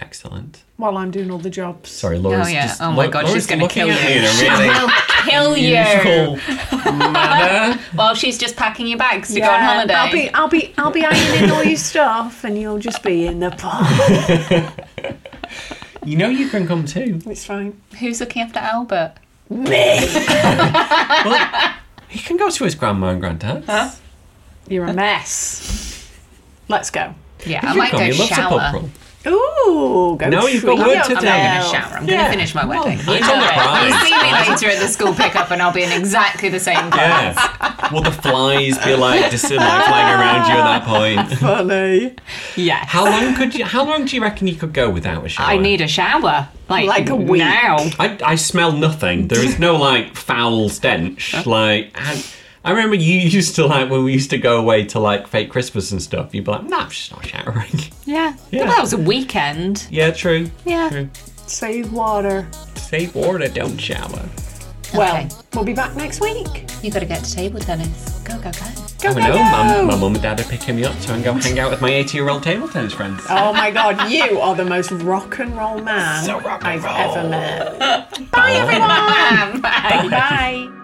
C: Excellent.
B: While I'm doing all the jobs.
C: Sorry, Laura's
A: oh yeah.
C: just
A: oh my
C: Lau-
A: God.
C: Laura's
A: she's going to
C: looking
A: kill you.
C: at me in a
A: She
C: really
A: will kill you.
C: Usual manner.
A: Well, she's just packing your bags to
B: Yeah,
A: go on holiday.
B: I'll be, I'll be, I'll be ironing all your stuff, and you'll just be in the pub.
C: You know you can come too.
B: it's fine.
A: Who's looking after Albert?
B: Me.
C: He can go to his grandma and granddad.
B: You're a mess. Let's go.
A: Yeah, I might go
C: He loves a pub
A: shower.
C: crawl.
B: Ooh, go.
C: No, you've got
B: treat
C: work
B: yourself.
C: to do.
A: I'm
B: Oh.
A: gonna shower. I'm
C: Yeah.
A: gonna finish my wedding.
C: Well,
A: You
C: it's on
A: know
C: the
A: it.
C: prize.
A: You see me later at the school pickup, and I'll be in exactly the same clothes.
C: Yeah. Will the flies be like just like flying around you at that point?
B: Funny.
A: Yes.
C: How long could you? How long do you reckon you could go without a shower?
A: I need a shower. Like,
B: Like a week.
A: Now.
C: I, I smell nothing. There is no like foul stench. Like I, I remember you used to like when we used to go away to like fake Christmas and stuff. You'd be like, "Nah, I'm just not showering."
A: Yeah.
C: Yeah.
A: Well, that was a weekend.
C: yeah, true.
A: Yeah.
C: True.
B: Save water.
C: Save water, don't shower.
B: Well,
A: Okay.
B: we'll be back next week.
A: You gotta get to table tennis. Go, go, go.
B: Go,
C: Oh,
B: go,
C: I don't know. My,
B: go.
C: my mum and dad are picking me up, so I can go hang out with my 80 year old table tennis friends.
B: Oh my god, you are the most rock and roll man
C: So rock
B: I've
C: and roll.
A: Um,
B: ever met. Bye everyone. Bye.